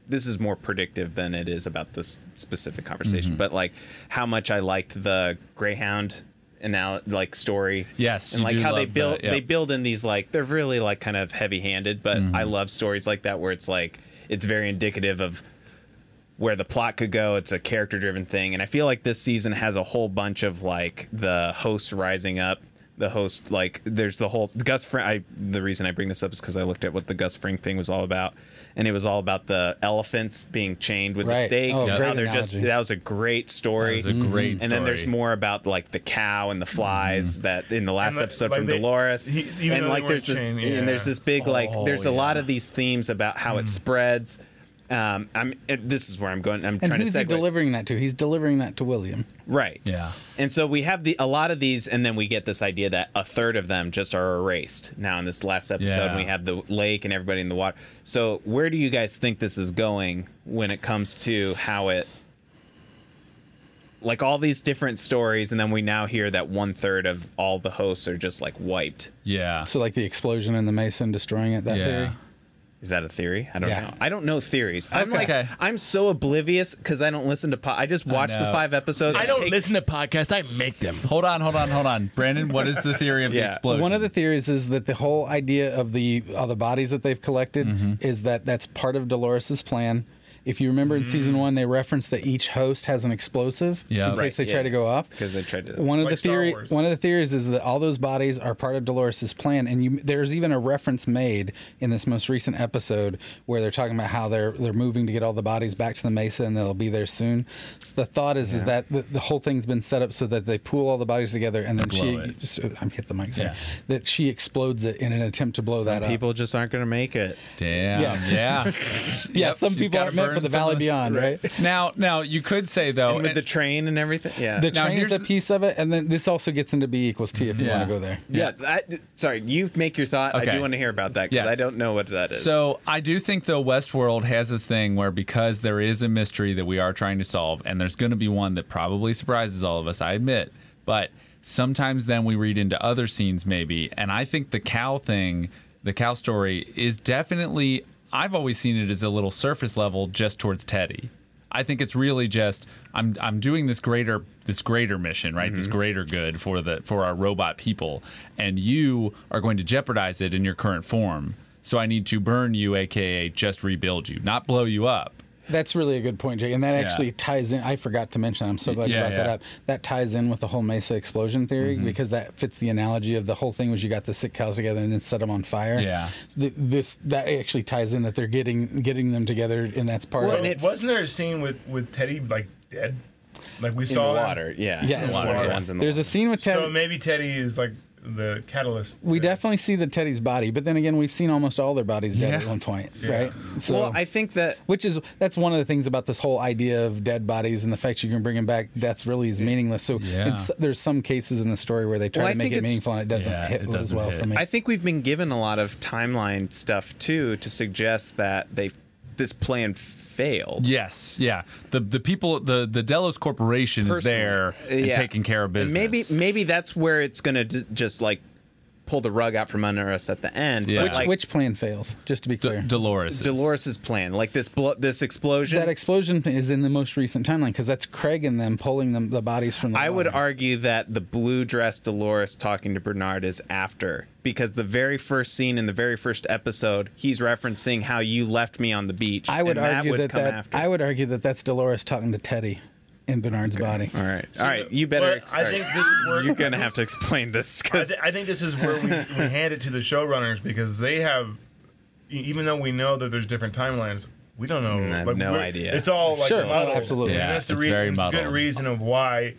This is more predictive than it is about this specific conversation, Mm-hmm. but like how much I liked the Greyhound and now like story. Yes, and you like do how they love build that, yeah. they build in these like they're really like kind of heavy handed, but I Mm-hmm. love stories like that where it's like it's very indicative of where the plot could go. It's a character driven thing. And I feel like this season has a whole bunch of like the hosts rising up, the host like there's the whole Gus Fring. I the reason I bring this up is because I looked at what the Gus Fring thing was all about, and it was all about the elephants being chained with the Right. stake. Oh, and great how they're just analogy. Mm-hmm. that was a great That story. was a great And then there's story. more about like the cow and the Mm-hmm. flies that in the last like- episode like from they- Dolores. he- even though and they like there's this, weren't chained, and there's yeah. this big like Oh, there's a yeah. Hmm. lot of these themes about how it spreads. Um, I'm it, this is where I'm going. I'm And trying who's to he segue. delivering that to? He's delivering that to William. right. Yeah. And so we have the a lot of these, and then we get this idea that a third of them just are erased. Now in this last episode, Yeah. we have the lake and everybody in the water. So where do you guys think this is going when it comes to how it, like all these different stories, and then we now hear that one third of all the hosts are just like wiped. Yeah. So like the explosion in the mason destroying it. That yeah. theory. Is that a theory? I don't Yeah. know. I don't know theories. I'm Okay. like Okay. I'm so oblivious because I don't listen to. Po- I just watch the know. five episodes. I don't take- listen to podcasts. I make them. Hold on, hold on, hold on. Brandon, what is the theory of Yeah. the explosion? One of the theories is that the whole idea of the all the bodies that they've collected is that that's part of Dolores's plan. If you remember in season one, they referenced that each host has an explosive Yeah. in case Right, they try yeah. to go off. because they tried to. One of Like the Star theory, Wars. one of the theories is that all those bodies are part of Dolores's plan, and you, there's even a reference made in this most recent episode where they're talking about how they're they're moving to get all the bodies back to the mesa, and they'll be there soon. So the thought is, is that the, the whole thing's been set up so that they pool all the bodies together, and then blow she, it. so- I'm hit the mic, sorry, Yeah. that she explodes it in an attempt to blow Some that uh, people just aren't going to make it. Damn. Yes. Yeah. up. <laughs> Yeah, Yep, some she's people gotta aren't meant for burn the Valley someone. Beyond, right? Now, now you could say though, And with Oh, and- the train and everything. Yeah. The Now, train's here's a the- piece of it, and then this also gets into B equals T if you Yeah. want to go there. yeah. I- sorry, you make your thought. I Okay. do want to hear about that because Yes. I don't know what that is. So I do think though Westworld has a thing where because there is a mystery that we are trying to solve, and there's going to be one that probably surprises all of us. I admit, but sometimes then we read into other scenes maybe, and I think the cow thing, the cow story, is definitely. I've always seen it as a little surface level just towards Teddy. I think it's really just I'm I'm doing this greater this greater mission, right? This Mm-hmm. greater good for the for our robot people, and you are going to jeopardize it in your current form. So I need to burn you, aka just rebuild you, not blow you up. That's really a good point, Jay. And that actually ties in. I forgot to mention. I'm so glad Yeah, you brought that yeah. Mm-hmm. up. That ties in with the whole Mesa explosion theory because that fits the analogy of the whole thing was you got the sick cows together and then set them on fire. Yeah. So th- this that actually ties in that they're getting getting them together and that's part Well, of and it- it. Wasn't there a scene with with Teddy like dead? Like we in the saw him? water. Yeah. Yes. One of the uh, Water. ones in the There's a scene with Ted. So maybe Teddy is like the catalyst. we to- definitely see the Teddy's body, but then again, we've seen almost all their bodies dead Yeah. at one point, right? So, Well, I think that. which is that's one of the things about this whole idea of dead bodies and the fact you can bring them back. Death really is meaningless. So Yeah. it's, there's some cases in the story where they try Well, I to make think it it's- meaningful and it doesn't Yeah, hit it as doesn't well hit. for me. I think we've been given a lot of timeline stuff too to suggest that they this plan failed. Yes, yeah. The the people the the Delos Corporation is there Personally. and Yeah. taking care of And business. Maybe maybe that's where it's going to d- just like pull the rug out from under us at the end. Yeah. But, which, like, which plan fails? Just to be D- clear, Dolores. Dolores's plan, like this blo- this explosion. that explosion is in the most recent timeline because that's Craig and them pulling them the bodies from the. I would water. argue that the blue dress Dolores talking to Bernard is after because the very first scene in the very first episode, he's referencing how you left me on the beach. I would and argue that, come that after. I would argue that that's Dolores talking to Teddy in Bernard's body. All right, So all right. the- You better. well, ex- I all think right. this is where <laughs> you're gonna have to explain this I, because thi- I think this is where we, we <laughs> hand it to the showrunners because they have, e- even though we know that there's different timelines, we don't know. Mm, I have like, no we're- idea. It's all like Sure, oh, muddled. absolutely. And Yeah, that's the it's rea- very it's a good muddled. reason of why,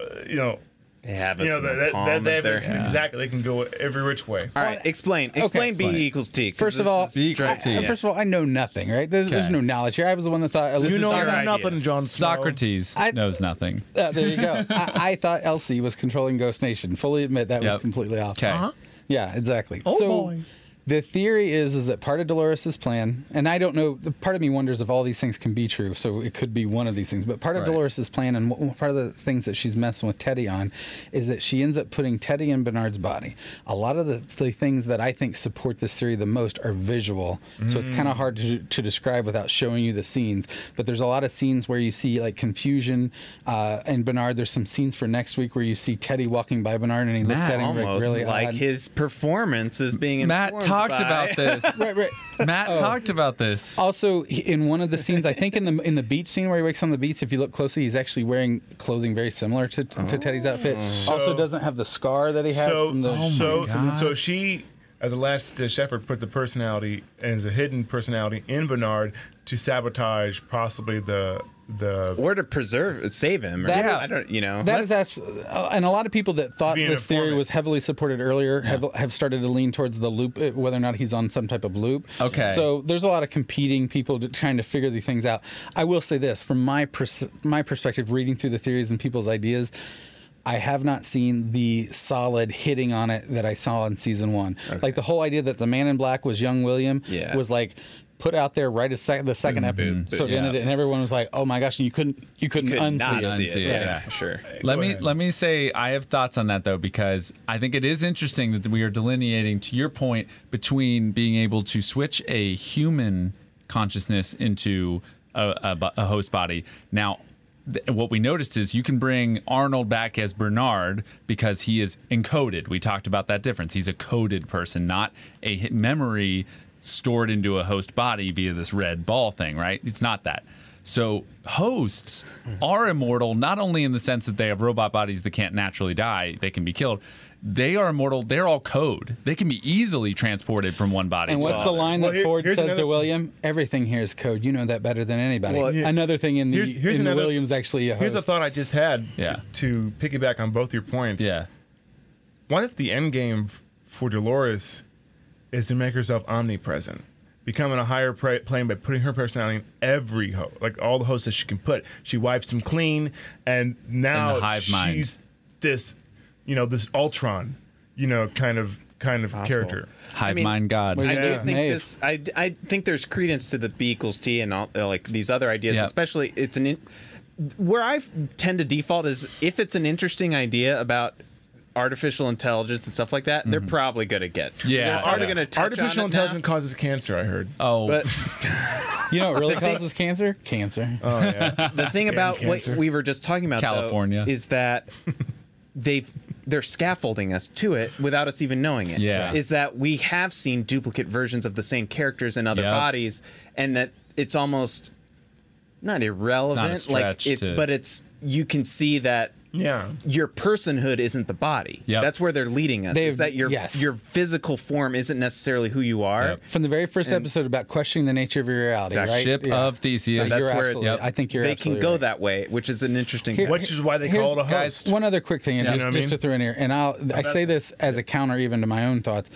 uh, you know, they have us you know in the that, that, palm that they of have, their hand. exactly they can go every which way. All right, explain. Explain B Explain. equals T. 'cause First of this all, is- B equals I- T, I- yeah. first of all, I know nothing, right? There's, there's Okay. no knowledge here. I was the one that thought. You Alyssa <laughs> know Sar- our idea. nothing, John Snow. Socrates I- knows nothing. Uh, there you go. I, I thought Elsie was controlling Ghost Nation. Fully admit that Yep. was completely off. Okay. Uh-huh. Yeah, exactly. Oh, so boy. the theory is is that part of Dolores's plan, and I don't know. Part of me wonders if all these things can be true. So it could be one of these things. But part of Right. Dolores's plan, and wh- part of the things that she's messing with Teddy on, is that she ends up putting Teddy in Bernard's body. A lot of the, the things that I think support this theory the most are visual. So it's kind of hard to, to describe without showing you the scenes. But there's a lot of scenes where you see like confusion. Uh, and Bernard, there's some scenes for next week where you see Teddy walking by Bernard and he looks Matt, at him almost like really like odd. his performance is being Matt, informed talked by. Oh. about this. Right, right. Matt talked about this. Also, he- in one of the scenes, I think in the in the beach scene where he wakes on the beach, if you look closely, he's actually wearing clothing very similar to, to Teddy's outfit. also, doesn't have the scar that he has so, from the. so, God. so she, as a last ditch effort, put the personality as a hidden personality in Bernard to sabotage possibly the the. <laughs> or to preserve, save him. Or, That- I don't, you know. That is actually, uh, and a lot of people that thought Be an this theory informant. was heavily supported earlier have, have started to lean towards the loop, uh, whether or not he's on some type of loop. Okay. So there's a lot of competing people to, trying to figure these things out. I will say this from my pers- my perspective, reading through the theories and people's ideas. I have not seen the solid hitting on it that I saw in season one. Like the whole idea that the man in black was young William Yeah. was like put out there right as sec- the second episode, so it yeah. ended it, and everyone was like, "Oh my gosh!" And you couldn't you couldn't could unsee not it. see it. Unsee it, Yeah, yeah. sure. let Go me ahead. let me say I have thoughts on that though because I think it is interesting that we are delineating to your point between being able to switch a human consciousness into a, a bo- a host body. Now, th- what we noticed is you can bring Arnold back as Bernard because he is encoded. We talked about that difference. He's a coded person, not a hi- memory stored into a host body via this red ball thing, right? It's not that. So hosts are immortal, not only in the sense that they have robot bodies that can't naturally die, they can be killed. They are immortal. They're all code. They can be easily transported from one body. And to what's the another. line Well, that here- Ford here's says another- to William? Everything here is code. You know that better than anybody. Well, yeah. another thing in the, Here's- here's in the another- Williams actually. uh, A Here's a host. thought I just had Yeah. to, to piggyback on both your points. Yeah. What if the end game f- for Dolores is to make herself omnipresent, becoming a higher pra- plane by putting her personality in every ho like all the hosts that she can put. She wipes them clean, and now As a hive she's mind. this, you know, this Ultron, you know, kind of kind of character. Hive I mean, mind god. we- I do Yeah. think Nave. this. I, I think there's credence to the B equals T and all uh, like these other ideas. Yeah. Especially, it's an in, where I tend to default is if it's an interesting idea about artificial intelligence and stuff like that. They're probably going to get. Yeah, they're probably yeah. going to Artificial on it intelligence now, causes cancer. I heard. oh, but You know what <laughs> really causes cancer? Cancer. Oh yeah. the thing about what cancer. we were just talking about, though, California. is that they've they're scaffolding us to it without us even knowing it. Yeah. is that we have seen duplicate versions of the same characters in other Yep. bodies, and that it's almost not irrelevant, stretch like it, to- but it's you can see that yeah. your personhood isn't the body. Yep. that's where they're leading us. They've- is that your yes. your physical form isn't necessarily who you are. Yep. From the very first episode about questioning the nature of your reality, Exactly. right? Ship of Theseus. So That's you're where it's- absolutely- Yep. I think you're they can absolutely go right. that way, which is an interesting. Here- Which is why they here's- call it a guys, host. One other quick thing, and Yeah. You just, know what I just to mean? throw in here, and I'll, I say this as a counter even to my own thoughts.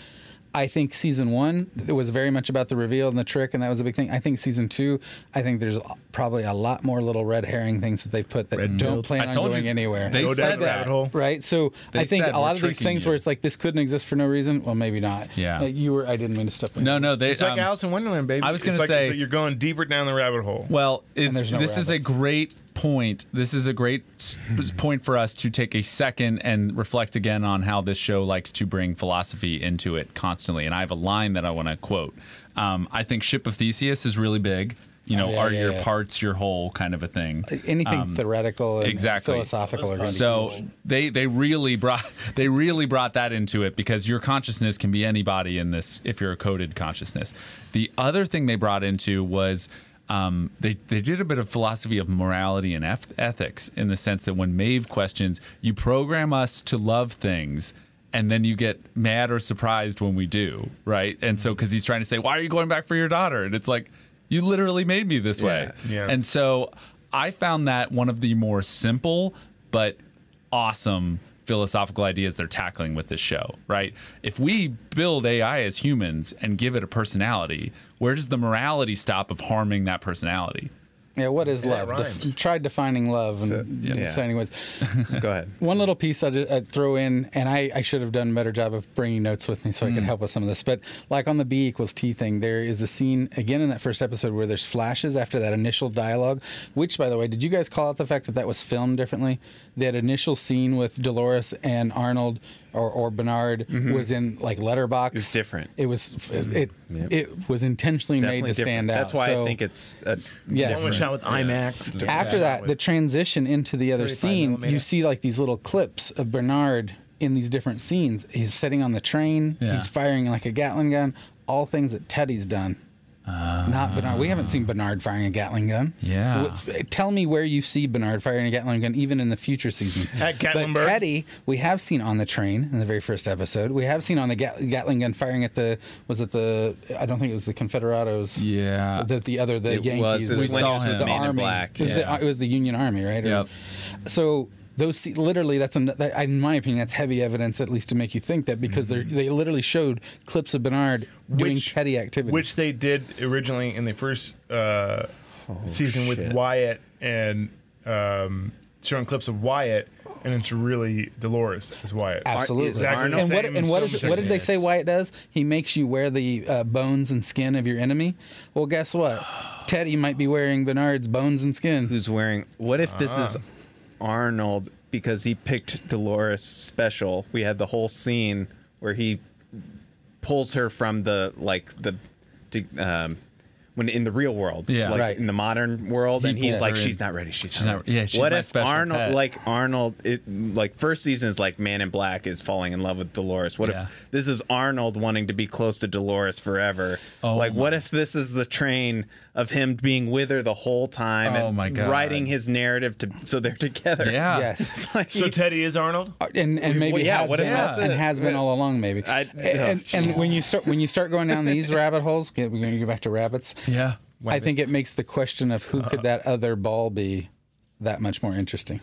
I think season one it was very much about the reveal and the trick, and that was a big thing. I think season two, I think there's probably a lot more little red herring things that they've put that don't plan I on told going you, anywhere. they Go down said the rabbit that. hole. Right, so I They think a said we're lot of these tricking things you. where it's like this couldn't exist for no reason. Well, maybe not. Yeah. Like, you were. I didn't mean to step in. no, no, they It's like um, Alice in Wonderland, baby. I was It's gonna like- say- it's like you're going deeper down the rabbit hole. Well, it's there's no this is a rabbits. Hmm. great point. This is a great s- point for us to take a second and reflect again on how this show likes to bring philosophy into it constantly. And I have a line that I want to quote. Um, I think Ship of Theseus is really big. You know, yeah, are yeah, your yeah. parts your whole kind of a thing. Anything theoretical, and Um, exactly. philosophical, or So they they really brought <laughs> they really brought that into it because your consciousness can be anybody in this if you're a coded consciousness. The other thing they brought into was um, they they did a bit of philosophy of morality and eth- ethics in the sense that when Maeve questions, you program us to love things. And then you get mad or surprised when we do, right? And so, because he's trying to say, "Why are you going back for your daughter?" and it's like, "You literally made me this way." Yeah. And so I found that one of the more simple but awesome philosophical ideas they're tackling with this show, right? If we build AI as humans and give it a personality, where does the morality stop of harming that personality? yeah, what is love? rhymes. Def- try defining love and yeah. Yeah. defining words. <laughs> Go ahead. One little piece I'd, I'd throw in, and I, I should have done a better job of bringing notes with me so I Hmm. could help with some of this. But like on the B equals T thing, there is a scene again in that first episode where there's flashes after that initial dialogue. Which, by the way, did you guys call out the fact that that was filmed differently? That initial scene with Dolores and Arnold or, or Bernard was in like letterbox. Mm-hmm. It was different. Mm-hmm. It was it it was intentionally It's made to definitely stand different. out. That's why So- I think it's a Yes. different- One shot with IMAX. after that, the transition into the other 35 scene, millimeter. you see like these little clips of Bernard in these different scenes. He's sitting on the train. Yeah. He's firing like a Gatling gun. All things that Teddy's done. Not Bernard. We haven't seen Bernard firing a Gatling gun. Ah. Yeah. What- tell me where you see Bernard firing a Gatling gun, even in the future seasons. At Gatlinburg. But Teddy, we have seen on the train in the very first episode. We have seen on the Gat- Gatling gun firing at the was it the I don't think it was the Confederatos. Yeah. The, the other the It Yankees. was. It We was when saw he was with him. the Man Man army. in Black. It was, Yeah. the, it was the Union Army, right? Or- Yep. So those se- literally that's an, that, in my opinion that's heavy evidence at least to make you think that because they're Mm-hmm. they literally showed clips of Bernard doing Teddy activities. which they did originally in the first uh, Oh, season shit. with Wyatt and um, showing clips of Wyatt, and it's really Dolores as Wyatt. Absolutely. Exactly the and what same and what is what did they say subject. why it does? He makes you wear the uh, bones and skin of your enemy. Well, guess what? Teddy might be wearing Bernard's bones and skin. who's wearing what if this is Ah. arnold because he picked dolores special we had the whole scene where he pulls her from the like the to, um when in the real world Yeah. like Right. in the modern world He and he's pulls like her she's in. not ready she's, She's not, not- ready." yeah, she's what my if special arnold pet. like arnold it like first season is like man in black is falling in love with dolores what Yeah. if this is arnold wanting to be close to dolores forever Oh like my what if this is the train of him being with her the whole time Oh and my God. writing his narrative to so they're together. Yeah. <laughs> Yes. It's like So he- Teddy is Arnold. and and maybe yeah, has what if been, that's and it? has been all along maybe. I- oh, and, and when you Jesus. start when you start going down these rabbit holes, okay, we're going to go back to rabbits. Yeah. I think it makes the question of who could that other ball be that much more interesting,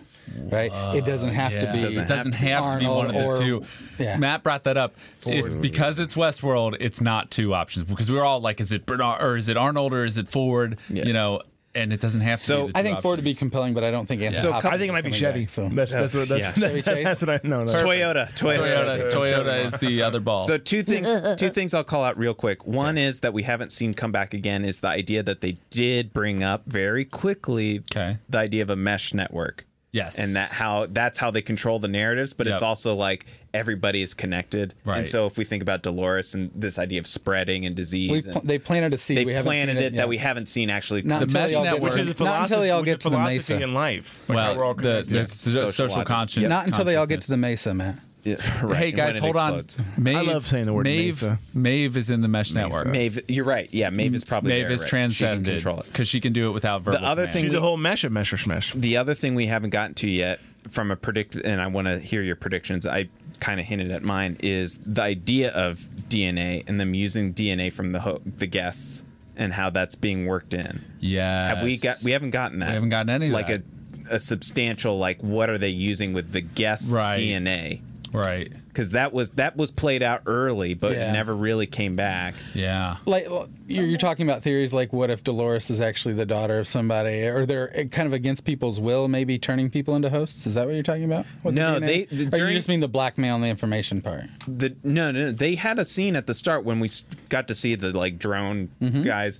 right? it doesn't have to Yeah. be. It doesn't have to be one of the Arnold or- two. yeah. Matt brought that up. If, because it's Westworld, it's not two options because we were all like, is it Bernard or is it Arnold or is it Ford? You know, and it doesn't have to. So- be the I two think Ford would be options. compelling, but I don't think Anthony So Hopkins I think it is might be coming Chevy. back, so. That's that's what that's, Yeah. that's, Chevy that's what I know. It's Toyota, Toyota. Toyota. Toyota is the other ball. So two <laughs> things two things I'll call out real quick. One is that we haven't seen come back again is the idea that they did bring up very quickly Okay. the idea of a mesh network. Yes. And that how that's how they control the narratives, but it's Yep. also like everybody is connected. Right. And so if we think about Dolores and this idea of spreading and disease We and- pl- they planted a seed. they we haven't planted seen it, it yet. that we haven't seen actually. come Not The until mesh y'all get- network- Which is Not the Not until philosophy, they all which get is to the philosophy mesa. in life. Like how well, we're all the, connected. the social, Social conscience. Not until they all get to the mesa, Matt. Right, Hey and guys, when it hold on. explodes. Maeve, love saying the word Maeve, Mesa. Maeve is in the mesh network. Maeve, you're right. Yeah, Maeve is probably Maeve there, is right? She can transcended control it. because she can do it without verbal. other command. thing- She's a whole mesh of mesherschmesh. The other thing we haven't gotten to yet from a predict, and I want to hear your predictions. I kind of hinted at mine is the idea of DNA and them using DNA from the ho- the guests and how that's being worked in. yeah, Have we got? We haven't gotten that. We haven't gotten any of Like that. a a substantial like what are they using with the guests Right. DNA? right. Because that was that was played out early, but Yeah. never really came back. Yeah, Like well, you're, you're talking about theories like what if Dolores is actually the daughter of somebody, or they're uh, kind of against people's will, maybe turning people into hosts. Is that what you're talking about? with the No, DNA? they- the or during- you just mean the blackmail and the information part? the no no they had a scene at the start when we s- got to see the like drone guys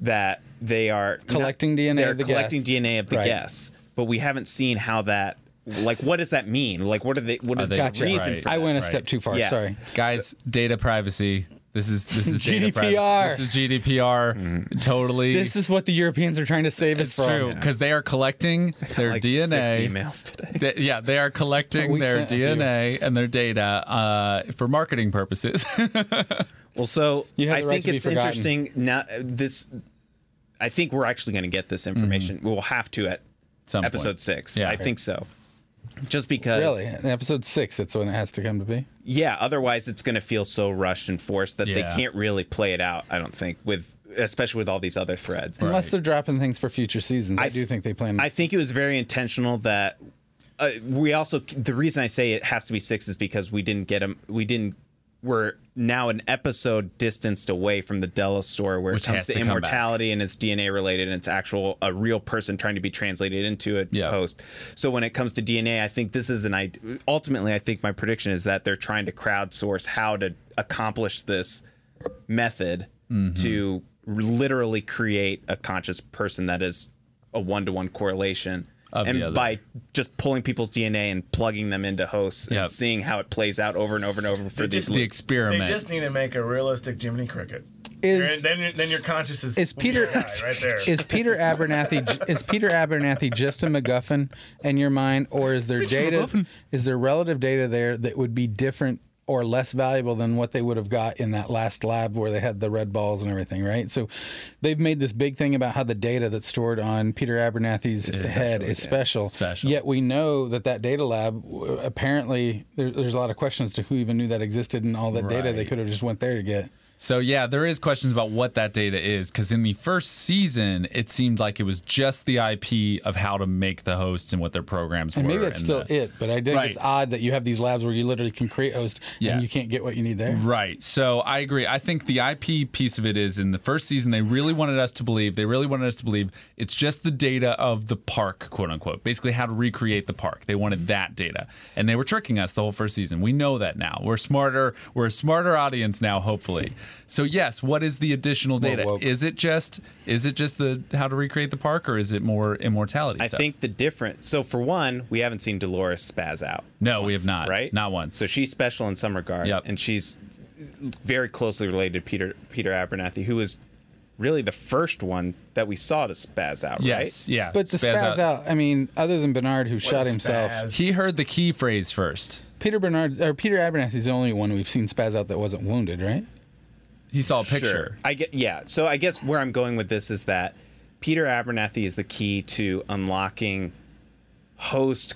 that they are Mm-hmm. Collecting DNA they're of the collecting guests. DNA of the Right. guests but we haven't seen how that like what does that mean like what are they what is they- the reason Right. for I that? went a right. step too far. Yeah. Sorry. guys, data privacy. This is this is <laughs> data GDPR. privacy. This is Mm-hmm. GDPR. Totally. This is what the Europeans are trying to save us it's from. true because they <laughs> are collecting their like six DNA. emails <laughs> today They- yeah, they are collecting We their sent a few. DNA and their data uh, for marketing purposes. <laughs> well so You have I the right think to be it's forgotten. interesting now uh, this I think we're actually going to get this Mm-hmm. information we'll have to at Some episode point. six Yeah. I think so just because Really, in episode six, it's when it has to come to be. Yeah, otherwise it's going to feel so rushed and forced that they Yeah. can't really play it out. I don't think with especially with all these other threads. Unless Right. they're dropping things for future seasons, I, I do th- think they plan. I think it was very intentional that uh, we also the reason I say it has to be six is because we didn't get them. We didn't. We're now an episode distanced away from the Delos story where Which it comes has to, to come back. immortality and it's DNA related and it's actual a real person trying to be translated into a Yeah. host. So when it comes to DNA, I think this is an I ultimately I think my prediction is that they're trying to crowdsource how to accomplish this method Mm-hmm. to literally create a conscious person that is a one-to-one correlation Of and the other. by just pulling people's DNA and plugging them into hosts Yep. and seeing how it plays out over and over and over for They these just- the loops. experiment. They just need to make a realistic Jiminy Cricket. Is- then, you're- then your conscious is Is Peter <laughs> right there. is Peter Abernathy is Peter Abernathy just a MacGuffin in your mind, or is there a data MacGuffin. is there relative data there that would be different or less valuable than what they would have got in that last lab where they had the red balls and everything, right? So they've made this big thing about how the data that's stored on Peter Abernathy's head is special. Special. Yet we know that that data lab w- apparently there, there's a lot of questions to who even knew that existed and all that data they Right. could have just went there to get. So yeah, there is questions about what that data is because in the first season, it seemed like it was just the IP of how to make the hosts and what their programs And were. maybe that's and still the- it, but I think Right. it's odd that you have these labs where you literally can create host Yeah. Mm-hmm. and you can't get what you need there. Right. So I agree. I think the IP piece of it is in the first season, they really wanted us to believe, they really wanted us to believe it's just the data of the park, quote unquote, basically how to recreate the park. They wanted that data. And they were tricking us the whole first season. We know that now. We're smarter. We're a smarter audience now, hopefully. So, yes, what is the additional data? woke. Is it just is it just the how to recreate the park or is it more immortality I stuff? think the difference. So for one, we haven't seen Dolores spaz out. No, we have not. Right? Not once. So she's special in some regard, Yep. and she's very closely related to Peter Peter Abernathy, who was really the first one that we saw to spaz out. yes, Right? yeah. But to spaz out. I mean, other than Bernard who shot a himself, spaz. He heard the key phrase first. Peter Bernard or Peter Abernathy's the only one we've seen spaz out that wasn't wounded, right? He saw a picture. Sure. I get yeah. So I guess where I'm going with this is that Peter Abernathy is the key to unlocking host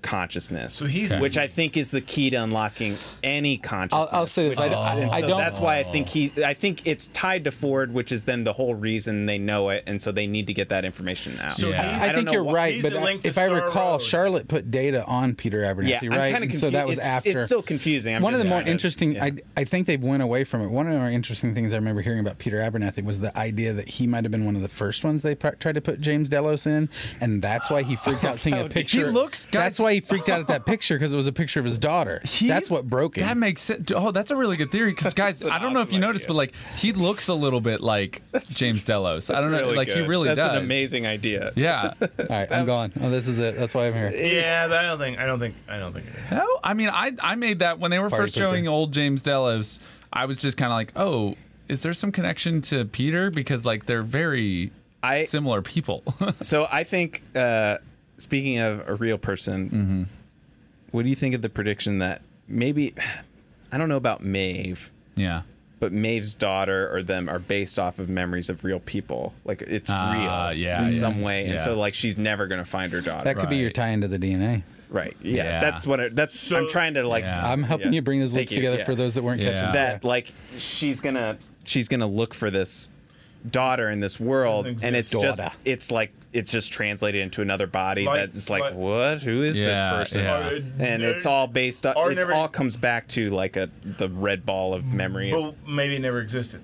consciousness. So he's- which I think is the key to unlocking any consciousness. say this, which I- is- I- and I so don't- that's why I think he I think it's tied to Ford, which is then the whole reason they know it and so they need to get that information out. So Yeah. he's- I I, don't think know you're why- right, he's but the I, link to if I Star recall, Road. Charlotte put data on Peter Yeah, Abernathy, I'm right? kind of And confused. so that was it's, after. It's still confusing. I'm one of the just more kinda- interesting, I, I think they've went away from it. One of the more interesting things I remember hearing about Peter Abernathy was the idea that he might have been one of the first ones they pr- tried to put James Delos in, and that's why he freaked <laughs> out seeing a He picture. looks- guys- that's why he freaked out at that picture because it was a picture of his daughter. He- that's what broke him. That makes sense. Oh, that's a really good theory. Because guys, I don't know if you awesome noticed, but like he looks a little bit like James Delos. I don't know, Really like he good. really That's does. an amazing <laughs> idea. Yeah. All right, I'm gone. Oh, this is it. That's why I'm here. Yeah, but I don't think. I don't think. I don't think. It is. no, I mean, I I made that when they were Party first showing pooper. old James Delos. I was just kind of like, oh, is there some connection to Peter? Because like they're very I- similar people. <laughs> So I think, uh, speaking of a real person, Mm-hmm. what do you think of the prediction that maybe, I don't know about Maeve, yeah. but Maeve's daughter or them are based off of memories of real people. Like it's Ah, real yeah, in yeah, some way. yeah. And so like she's never going to find her daughter. That could be your Right. tie into the DNA. right. Yeah, Yeah. That's what I, that's, So- I'm trying to like, Yeah. I'm helping Uh, Yeah. you bring those Thank links you, together yeah. for those that weren't Yeah. catching that that. like she's going to, she's going to look for this daughter in this world Doesn't and it's exist. just, Daughter. it's like, it's just translated into another body Like- that's like, like- what? Who is this Yeah, person? yeah. Uh, and there- it's all based on Or it never- all comes back to like a the red ball of memory Well, maybe it never existed.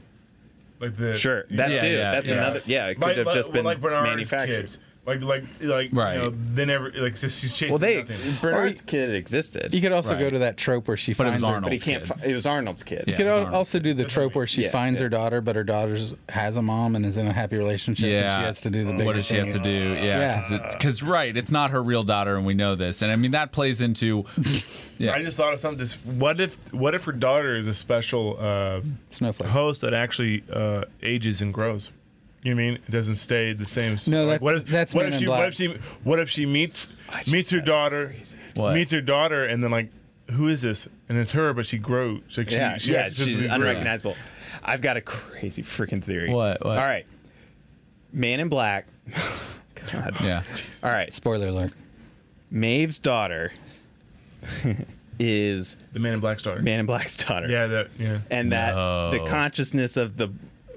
Like the sure that Yeah, too yeah, that's yeah. another yeah it could Like- have like- just well, been like Bernard's manufactured kids. Like like like Right. you know, they never like just he's chasing well they nothing. bernard's Or- kid existed You could also Right. go to that trope where she But it was finds her Arnold. but he can't kid. fi- it was arnold's kid Yeah. You could It's al- Arnold's also do the trope where she Yeah, finds yeah. her daughter, but her daughter has a mom and is in a happy relationship. and Yeah. she has to do the big. What does she have to do? Yeah, Yeah. because right, it's not her real daughter, and we know this. And I mean that plays into <laughs> I just thought of something. Just, what if what if her daughter is a special uh, Snowflake. host that actually uh, ages and grows? You know what I mean it doesn't stay the same? No, that- what if, that's what Men if in she Black. what if she what if she meets just meets her said daughter What? meets her daughter and then like who is this and it's her but she grows like she, yeah, she yeah, actually she's grows. unrecognizable. I've got a crazy freaking theory. What, what? All right, Man in Black. <laughs> God. <laughs> yeah. All right, Spoiler alert. Maeve's daughter <laughs> is the man in black star Man in Black's daughter. yeah that yeah and that the No. consciousness of the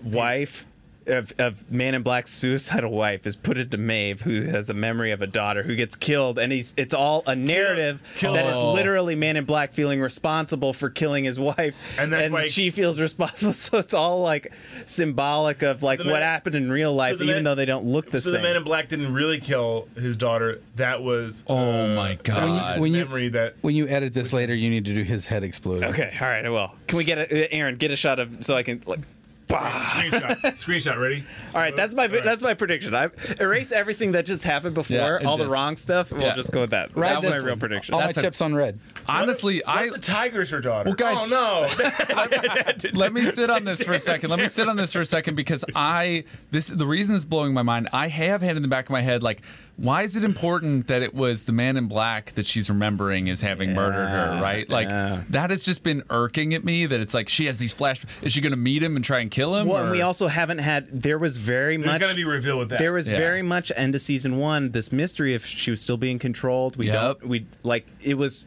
wife of, of Man in Black's suicidal wife is put into Maeve, who has a memory of a daughter who gets killed, and he's it's all a narrative Kill- that is Oh. literally Man in Black feeling responsible for killing his wife, And that's why- she feels responsible. <laughs> So it's all like symbolic of like the what man- happened in real life, the even man- though they don't look the so same. the man in black didn't really kill his daughter that was Oh my that was God. just When you- memory that When you edit this later, you need to do his head explode. okay, all right, I will. Can we get a, Aaron? Get a shot of so I can. Like, Screenshot. Screenshot. Ready? All right, that's my that's my prediction. I erase everything that just happened before, and all the just- wrong stuff. We'll yeah. just go with that. Ride that's this- my real prediction. All my That's a- chips on red. Honestly, I I the tigers her daughter. Well, guys- oh no. let me sit on this for a second. Let me sit on this for a second because I this the reason it's blowing my mind. I have had in the back of my head like, why is it important that it was the man in black that she's remembering as having murdered her? Right? Like yeah. that has just been irking at me that it's like she has these flash. Is she going to meet him and try and kill him? well, and or- we also haven't had. There was very <laughs> There's much. gonna be revealed with that. There was Yeah. very much end of season one this mystery if she was still being controlled. We Yep. don't. We like it was.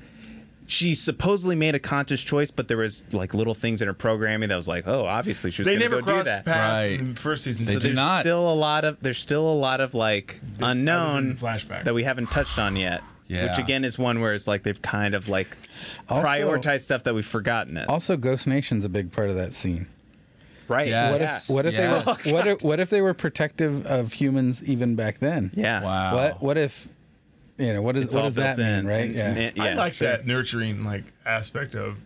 She supposedly made a conscious choice, but there was like little things in her programming that was like, oh, obviously she was they going to never go do crossed that. paths Right. in the first season. They so do there's- There's not. still a lot of there's still a lot of like unknown flashback. that we haven't touched on yet. Yeah. Which again is one where it's like they've kind of like Also- prioritized stuff that we've forgotten it. Also, Ghost Nation's a big part of that scene. Right. Yes. What Yes. if what if Yes. they were, <laughs> what if, what if they were protective of humans even back then? yeah. Wow. What what if you know what is It's what all does that built mean, in. right? Yeah. And- yeah. I like that nurturing like aspect of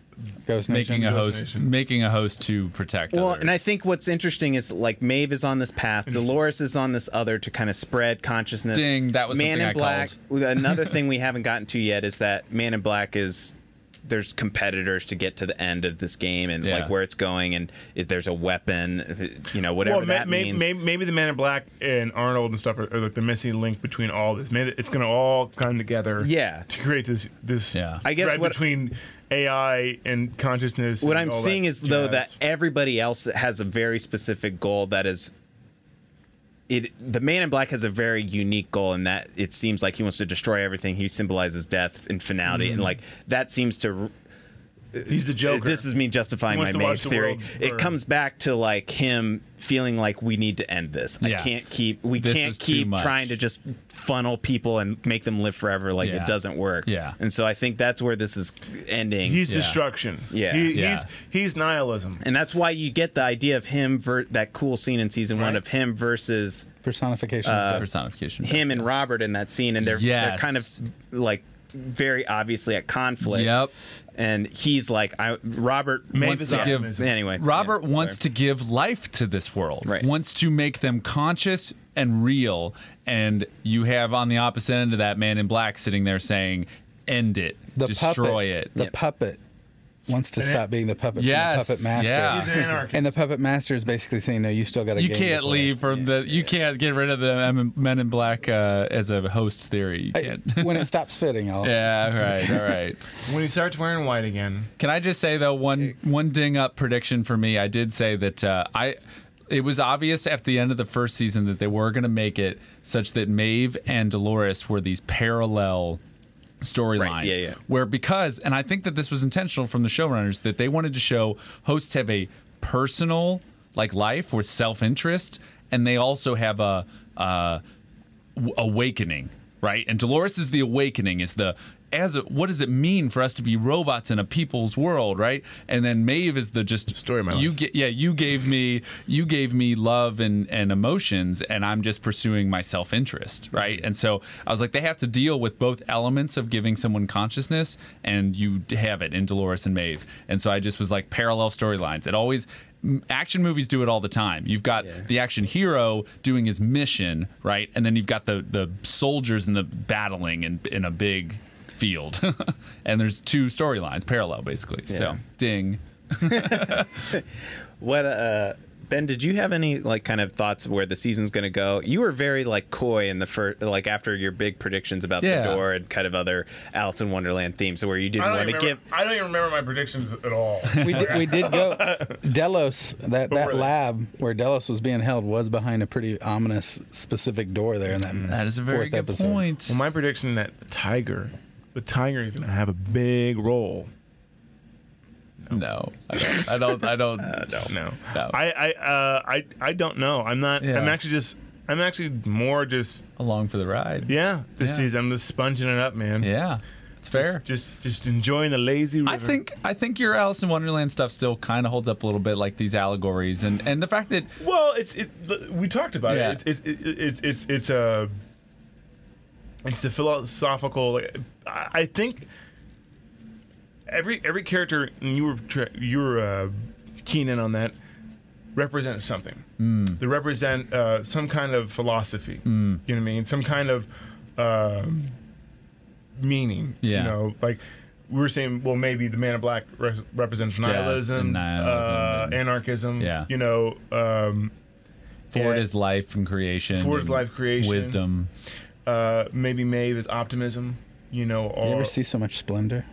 Ghost Nation. Making a host, Imagination. making a host to protect. Well, others. and I think what's interesting is like Maeve is on this path, Dolores is on this other to kind of spread consciousness. Ding, that was Man something in I Black. <laughs> Another thing we haven't gotten to yet is that Man in Black is there's competitors to get to the end of this game and Yeah. like where it's going and if there's a weapon, you know, whatever well, that may, may, means. may, maybe the Man in Black and Arnold and stuff are, are like the missing link between all this. Maybe it's going to all come together. Yeah. To create this this Yeah. I guess thread what- between AI and consciousness. what and I'm all seeing that is though that jazz. everybody else has a very specific goal that is it the man in black has a very unique goal in that it seems like he wants to destroy everything he symbolizes death and finality and like that seems to he's the Mm-hmm. Joker. this is me justifying my He wants to main watch the theory world it burn. comes back to like him feeling like we need to end this i Yeah. can't keep we This was can't too keep much. trying to just funnel people and make them live forever like Yeah. it doesn't work Yeah. and so i think that's where this is ending He's Yeah. destruction. Yeah. He, Yeah. He's he's nihilism. and that's why you get the idea of him ver- that cool scene in season one Right. of him versus Personification. Uh, uh, of ghost. personification. him and Robert in that scene, and they're Yes. they're kind of like very obviously at conflict. Yep. And he's like, I Robert Wants is to give optimism. anyway. Robert wants to to give life to this world, Right. wants to make them conscious and real. And you have on the opposite end of that man in black sitting there saying, end it, the destroy puppet, it. The puppet wants to And it- stop being the puppet. from Yes, the puppet master. yeah. He's an anarchist. And the puppet master is basically saying, "No, you still got to. You can't leave from the, you can't get rid of the M- men in black uh, as a host theory. You can't. <laughs> when it stops fitting, I'll. yeah, right, all right. when he starts wearing white again, Can I just say though one one ding up prediction for me? I did say that uh, I it was obvious at the end of the first season that they were going to make it such that Maeve and Dolores were these parallel storylines. Right, yeah, yeah. Where because and I think that this was intentional from the showrunners that they wanted to show hosts have a personal like life with self interest and they also have a. Uh, w- awakening, right? And Dolores is the awakening, is the as a, what does it mean for us to be robots in a people's world, right? And then Maeve is the just Story of my you life. get yeah you gave me you gave me love and and emotions, and I'm just pursuing my self interest, right? And so I was like, they have to deal with both elements of giving someone consciousness, and you d- have it in Dolores and Maeve, and so I just was like parallel storylines. It always m- action movies do it all the time. You've got the action hero doing his mission, right? And then you've got the the soldiers and the battling in in a big field. <laughs> and there's two storylines parallel basically. So, Yeah. ding. what uh Ben, did you have any like kind of thoughts of where the season's going to go? You were very like coy in the first, like after your big predictions about Yeah. the door and kind of other Alice in Wonderland themes, where you I didn't don't, want to even give. remember, I don't even remember my predictions <laughs> at all. We did, we did go Delos that, were that they? lab where Delos was being held was behind a pretty ominous specific door there in that Mm. That is a very fourth good episode. point. Well, my prediction that the tiger, the tiger is going to have a big role. No. I don't I don't, I <laughs> don't Uh, No, No. I, I, uh, I, I don't know. I'm not. Yeah. I'm actually just. I'm actually more just. along for the ride. Yeah, this Yeah. season I'm just sponging it up, man. Yeah. It's fair. Just, just, just enjoying the lazy. River. I think I think your Alice in Wonderland stuff still kind of holds up a little bit, like these allegories, and and the fact that Well, it's it. We talked about Yeah. it. It's it, it, it's it's it's a. It's the philosophical. Like, I I think. Every every character, and you were tra- you were uh, keen in on that. represent something. Mm. They represent uh, some kind of philosophy. You know what I mean? Some kind of uh, meaning. Yeah. You know, like we were saying, well, maybe the Man in Black re- represents nihilism, and nihilism uh, and- anarchism. Yeah. You know, um, Ford Yeah. is life and creation. Ford is and life, creation. Wisdom. uh, maybe Maeve is optimism. You know, You or ever see so much splendor?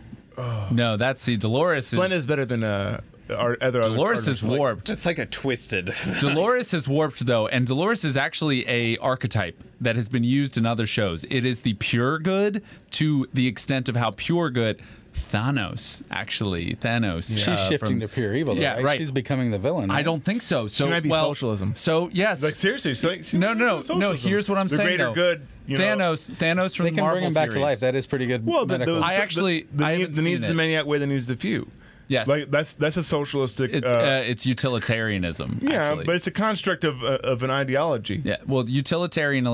No, that's see, Dolores is Glenn is better than uh, our other. Dolores is artists. warped. That's like a twisted. <laughs> Dolores is warped though, and Dolores is actually a archetype that has been used in other shows. It is the pure good to the extent of how pure good Thanos actually Thanos. She's uh, shifting from- to pure evil. Though, Yeah, right? right. She's becoming the villain. I right? don't think so. So might be well, socialism. So yes. Like seriously, so, like, no, no, no, no. socialism. Here's what I'm the saying. greater though. good. You know, Thanos, Thanos from They the can Marvel bring him back series. to life. That is pretty good. Well, but medical. those- I actually- the, the I need, haven't the seen needs of the it. many outweigh the needs of the few. Yes. like that's that's a socialistic. It, uh, uh, it's utilitarianism. yeah, actually. but it's a construct of uh, of an ideology. Yeah, well, utilitarian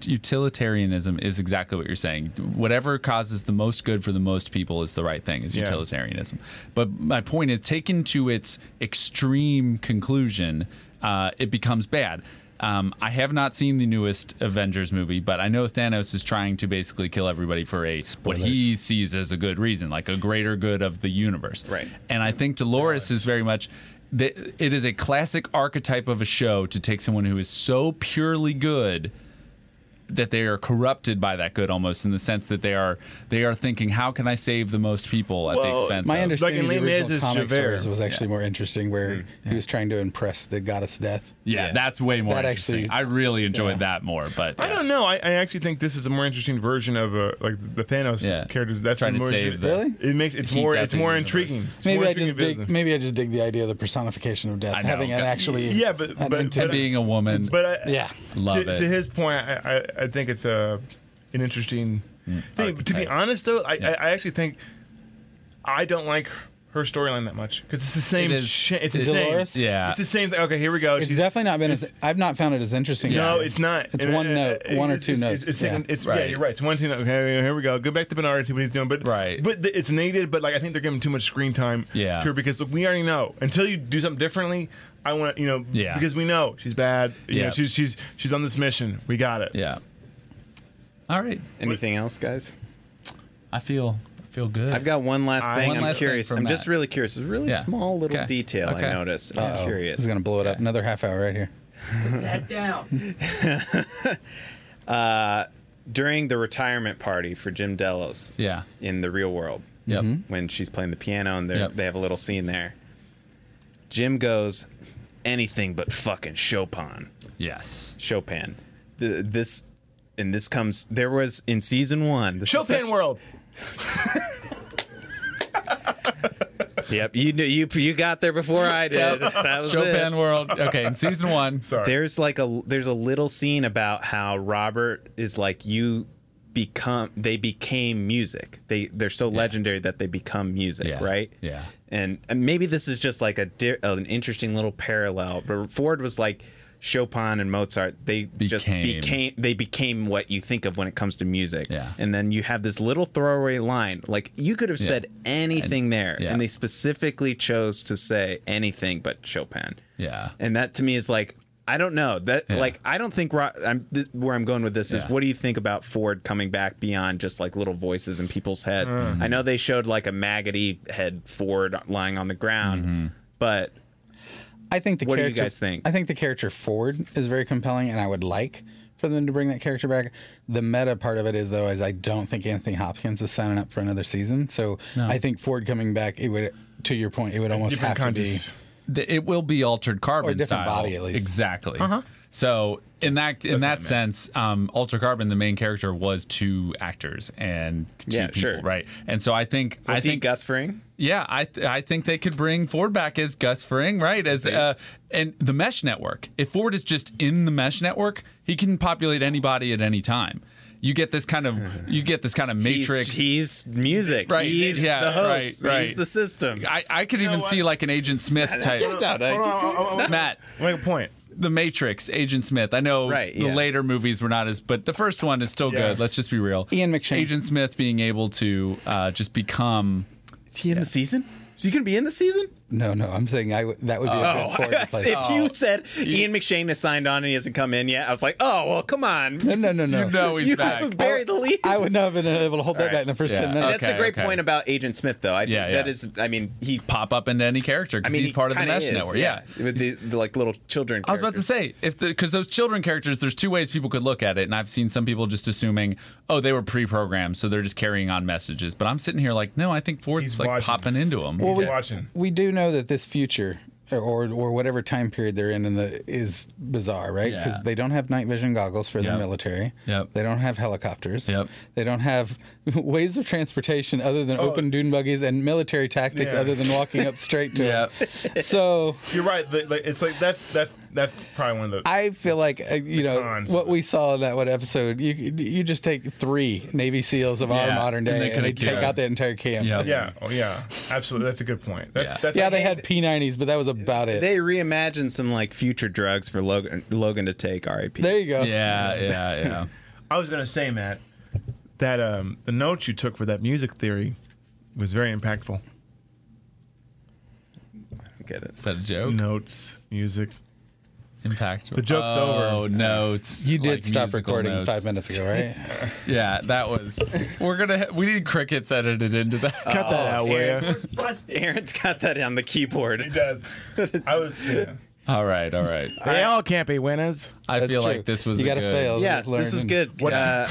utilitarianism is exactly what you're saying. Whatever causes the most good for the most people is the right thing. Is Yeah. utilitarianism. But my point is, taken to its extreme conclusion, uh, it becomes bad. Um, I have not seen the newest Avengers movie, but I know Thanos is trying to basically kill everybody for a what he sees as a good reason, like a greater good of the universe. Right. And I think Dolores is very much. th- It is a classic archetype of a show to take someone who is so purely good that they are corrupted by that good, almost in the sense that they are they are thinking, how can I save the most people at the Well, expense? My of? understanding Like in of the Les Mis original is comic Javert. stories was actually more interesting, where he was trying to impress the goddess Death. yeah, Yeah. that's way more That interesting. actually- I really enjoyed yeah. that more, but I don't know. I, I actually think this is a more interesting version of uh, like the Thanos Yeah. characters. That's Trying to more save the- Really? It makes it's He more got it's the more universe. intriguing. It's Maybe more I just intriguing dig. business. Maybe I just dig the idea of the personification of death, I know, having it but- actually. Yeah, but- an but- intent- and being a woman, But I, Yeah. Love to, it. To his point, I, I, I think it's a an interesting thing. But to be archetype. honest, though, I, Mm. Yeah. I, I actually think I don't like her storyline that much because it's the same. It is- shi- it's the Dolores? same. Yeah. it's the same thing. Okay, here we go. It's She's- definitely not been. As, I've not found it as interesting. as No, you. it's not. It's And, one uh, note, uh, one or it's- two it's- notes, It's, it's, taken- yeah. it's- yeah. Right. you're right. It's one two notes. Okay, here we go. Go back to Bernard and see what he's doing. But Right. but the, it's negated. But like I think they're giving too much screen time. Yeah. To her because look, we already know until you do something differently. I want you know. Yeah. Because we know she's bad. You Yeah. know, she's she's she's on this mission. We got it. yeah. All right, Anything else, guys? I feel I feel good. I've got one last I- thing. One I'm last thing curious. from I'm just Matt. really curious. It's a really Yeah. small little Okay. detail Okay. I noticed. and Uh-oh. I'm This curious. is gonna blow it up. Another half hour right here. That down. During the retirement party for Jim Delos yeah. in the real world, Yep. when she's playing the piano and they're Yep. they have a little scene there, Jim goes, anything but fucking Chopin. Yes. Chopin. The, this and this comes. There was in season one. This is Chopin such- World. Yep, you knew you you got there before I did. That was it. Chopin World. Okay, in season <laughs> one. Sorry. There's like a there's a little scene about how Robert is like you become they became music. They they're so legendary that they become music, Yeah. right? Yeah. And, and maybe this is just like a di- an interesting little parallel, but Ford was like Chopin and Mozart, they just Became. became they became what you think of when it comes to music. Yeah. And then you have this little throwaway line like you could have said anything there yeah. and they specifically chose to say anything but Chopin Yeah. and that to me is like I don't know that Yeah. like I don't think Ro- I'm this, where I'm going with this is Yeah. what do you think about Ford coming back beyond just like little voices in people's heads? I know they showed like a maggoty head Ford lying on the ground, Mm-hmm. but I think the What do you character, guys think? I think the character Ford is very compelling, and I would like for them to bring that character back. The meta part of it is though, is I don't think Anthony Hopkins is signing up for another season. So I think Ford coming back, it would, to your point, it would almost have Different countries. to be. Th- it will be altered carbon Or a different style. body, at least. Exactly. Uh-huh. So in that in That's what I that meant. sense, um, Alter Carbon, the main character was two actors and two Yeah, people, sure. right? And so I think I I see think Gus Fring. yeah, I th- I think they could bring Ford back as Gus Fring, right? As uh, and the mesh network. If Ford is just in the mesh network, he can populate anybody at any time. You get this kind of you get this kind <laughs> of He's, matrix. he's music. Right, He's yeah, the host. right, He's right. the system. I, I could even what? see like an <laughs> Agent Smith type. Matt, Make a point. The Matrix, Agent Smith. I know Right, the yeah. later movies were not as, but the first one is still Yeah. good. Let's just be real. Ian McShane. Agent Smith being able to uh, just become. is he in the season? Is he gonna be in the season? No, no, I'm saying I w- that would be a good forward to play. Oh, <laughs> if Oh. you said Ian McShane has signed on and he hasn't come in yet, I was like, oh well, come on. no, no, no, no. You <laughs> know he's you back. haven't buried the lead. I would not have been able to hold that right. back in the first Yeah. ten minutes. That's a Okay, great okay. point about Agent Smith, though. I think Yeah, yeah. that is. I mean, he. Pop up into any character I because mean, he's he part of the kinda mesh is, network. Yeah. with the, the like little children. I was about to say if the because those children characters, there's two ways people could look at it, and I've seen some people just assuming, oh, they were pre-programmed, so they're just carrying on messages. But I'm sitting here like, no, I think Ford's He's like watching. popping into them. Well, we- Watching. We do know that this future or, or, or whatever time period they're in, in the, is bizarre, right? Because Yeah. they don't have night vision goggles for Yep. the military. Yep. They don't have helicopters. Yep. They don't have <laughs> ways of transportation other than open dune buggies and military tactics Oh. Yeah. other than walking up straight <laughs> to Yep. it. So You're right. the- like, it's like that's that's that's probably one of the. I feel like uh, you know cons of what it. we saw in that one episode. You you just take three Navy SEALs of our Yeah, modern and they day and coulda they take cured. out the entire camp. Yeah. yeah. Oh yeah. Absolutely. That's a good point. That's Yeah. that's. Yeah, they had P90s, but that was about it. They reimagined some like future drugs for Logan, Logan to take. R.I.P. there you go. yeah, yeah, yeah. I was gonna say, Matt, that um, the notes you took for that music theory was very impactful. Get it. Is that a joke? Notes, music. Impact. The joke's oh, over. notes. You did like stop musical recording notes. five minutes ago, right? Yeah, that was. We're gonna. ha- We need crickets edited into that. Cut that out, will <laughs> you? Busted. Aaron's got that on the He keyboard. does. I was. Yeah. <laughs> all right, all right. <laughs> They all can't be winners. I That's feel true. like this was. You a gotta good- fail. <laughs> Yeah, Learn this is and- good. Uh,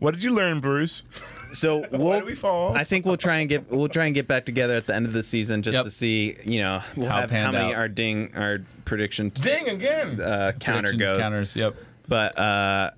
What did you learn, Bruce? <laughs> so we'll, did we fall? I think we'll try and get we'll try and get back together at the end of the season just Yep. to see you know we'll How it have how panned many out. our ding our prediction Ding again. uh, counter Prediction goes. Counters. Yep. But uh,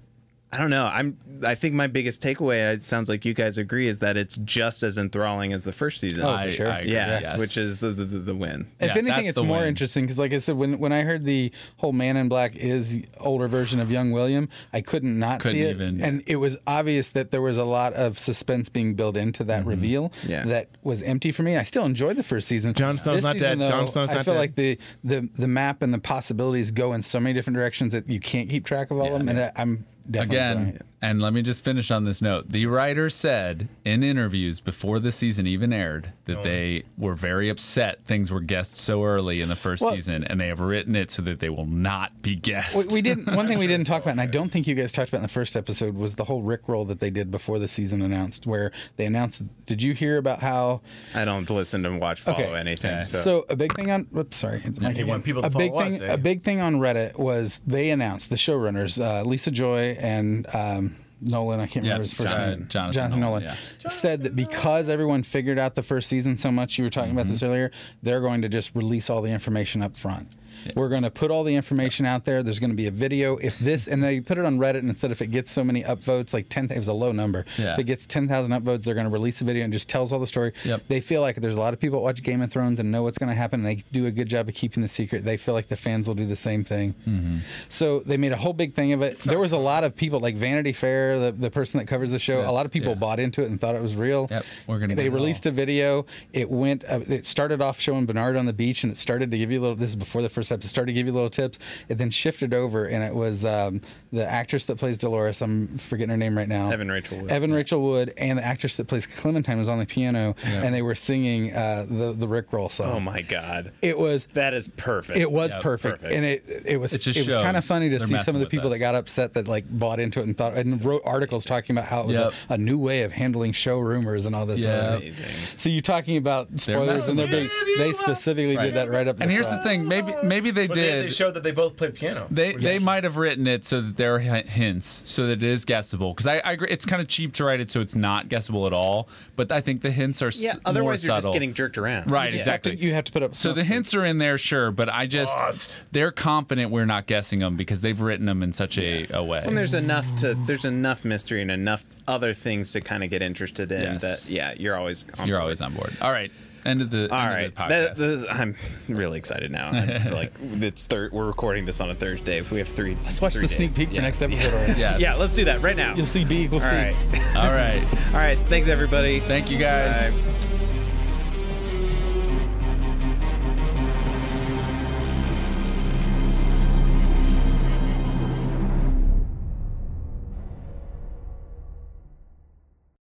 I don't know. I'm I think my biggest takeaway. It sounds like you guys agree is that it's just as enthralling as the first season. Oh, for I, sure. I agree, yeah, yes. which is the the, the win. If Yeah, anything, that's it's the more win. interesting because, like I said, when when I heard the whole Man in Black is older version of young William, I couldn't not see Couldn't it, even. and it was obvious that there was a lot of suspense being built into that Mm-hmm. reveal Yeah. that was empty for me. I still enjoyed the first season. Jon Snow's This not season, dead. Jon though, Snow's I not feel dead. like the, the the map and the possibilities go in so many different directions that you can't keep track of all of them, and I, I'm definitely enjoying Again, it. and let me just finish on this note. The writer said in interviews before the season even aired Oh. that they were very upset things were guessed so early in the first Well- season, and they have written it so that they will not be We, guessed. we didn't. One thing we didn't talk about, and I don't think you guys talked about in the first episode, was the whole Rickroll that they did before the season announced, where they announced. Did you hear about how? I don't listen to watch follow Okay. anything. Okay. So, So a big thing on. Whoops, sorry. it's Mike You again. want people to a big follow thing. us, eh? A big thing on Reddit was they announced the showrunners, uh, Lisa Joy and. Um, Nolan, I can't Yeah, remember his first Jon- name. Jonathan Nolan, Nolan, yeah. said that because everyone figured out the first season so much, you were talking about this earlier, they're going to just release all the information up front. We're going to put all the information out there. There's going to be a video. If this, and they put it on Reddit, and instead if it gets so many upvotes, like 10, it was a low number. Yeah. If it gets 10,000 upvotes, they're going to release a video and just tells all the story. Yep. They feel like there's a lot of people that watch Game of Thrones and know what's going to happen. And they do a good job of keeping the secret. They feel like the fans will do the same thing. Mm-hmm. So they made a whole big thing of it. There was a lot of people, like Vanity Fair, the, the person that covers the show, a lot That's- of people yeah. bought into it and thought it was real. Yep, we're gonna They do it released all. a video. It went. Uh, it started off showing Bernard on the beach, and it started to give you little. This is before the first episode. Started to give you little tips. It then shifted over, and it was um, the actress that plays Dolores. I'm forgetting her name right now. Evan Rachel Wood. Evan Rachel Wood and the actress that plays Clementine was on the piano, and they were singing uh, the the Rick Roll song. oh my god, It was that is perfect. it was Yeah, perfect. perfect. and it it was It it, just was shows kind of funny to they're see some messing of the with people us. that got upset that like bought into it and thought and wrote articles talking about how it was Yep. a, a new way of handling show rumors and all this. Yeah. stuff. amazing. So you're talking about spoilers, messing and they're with being, they specifically did that right up. and here's the front. thing. Maybe maybe they But did. They, they showed that they both played piano. They they might have written it so that there are hi- hints, so that it is guessable. Because I, I agree, it's kind of cheap to write it so it's not guessable at all. But I think the hints are Yeah. s- Otherwise, more you're just subtle. getting jerked around. right. You have to- Exactly. you have to put up. so the hints are in there, sure, but I just Lost. they're confident we're not guessing them because they've written them in such a, a way. And there's enough to there's enough mystery and enough other things to kind of get interested in Yes. that yeah you're always on You're board. always on board. All right, end of the, All end right, Of the That- podcast. that- I'm really excited now. I feel like it's third. We're recording this on a Thursday. If we have three, Let's watch three the sneak days. peek for Yeah. next episode. already. Yes. Yeah, let's do that right now. You'll see B equals All C. right, All right. all right. Thanks everybody. Thank you guys. Bye.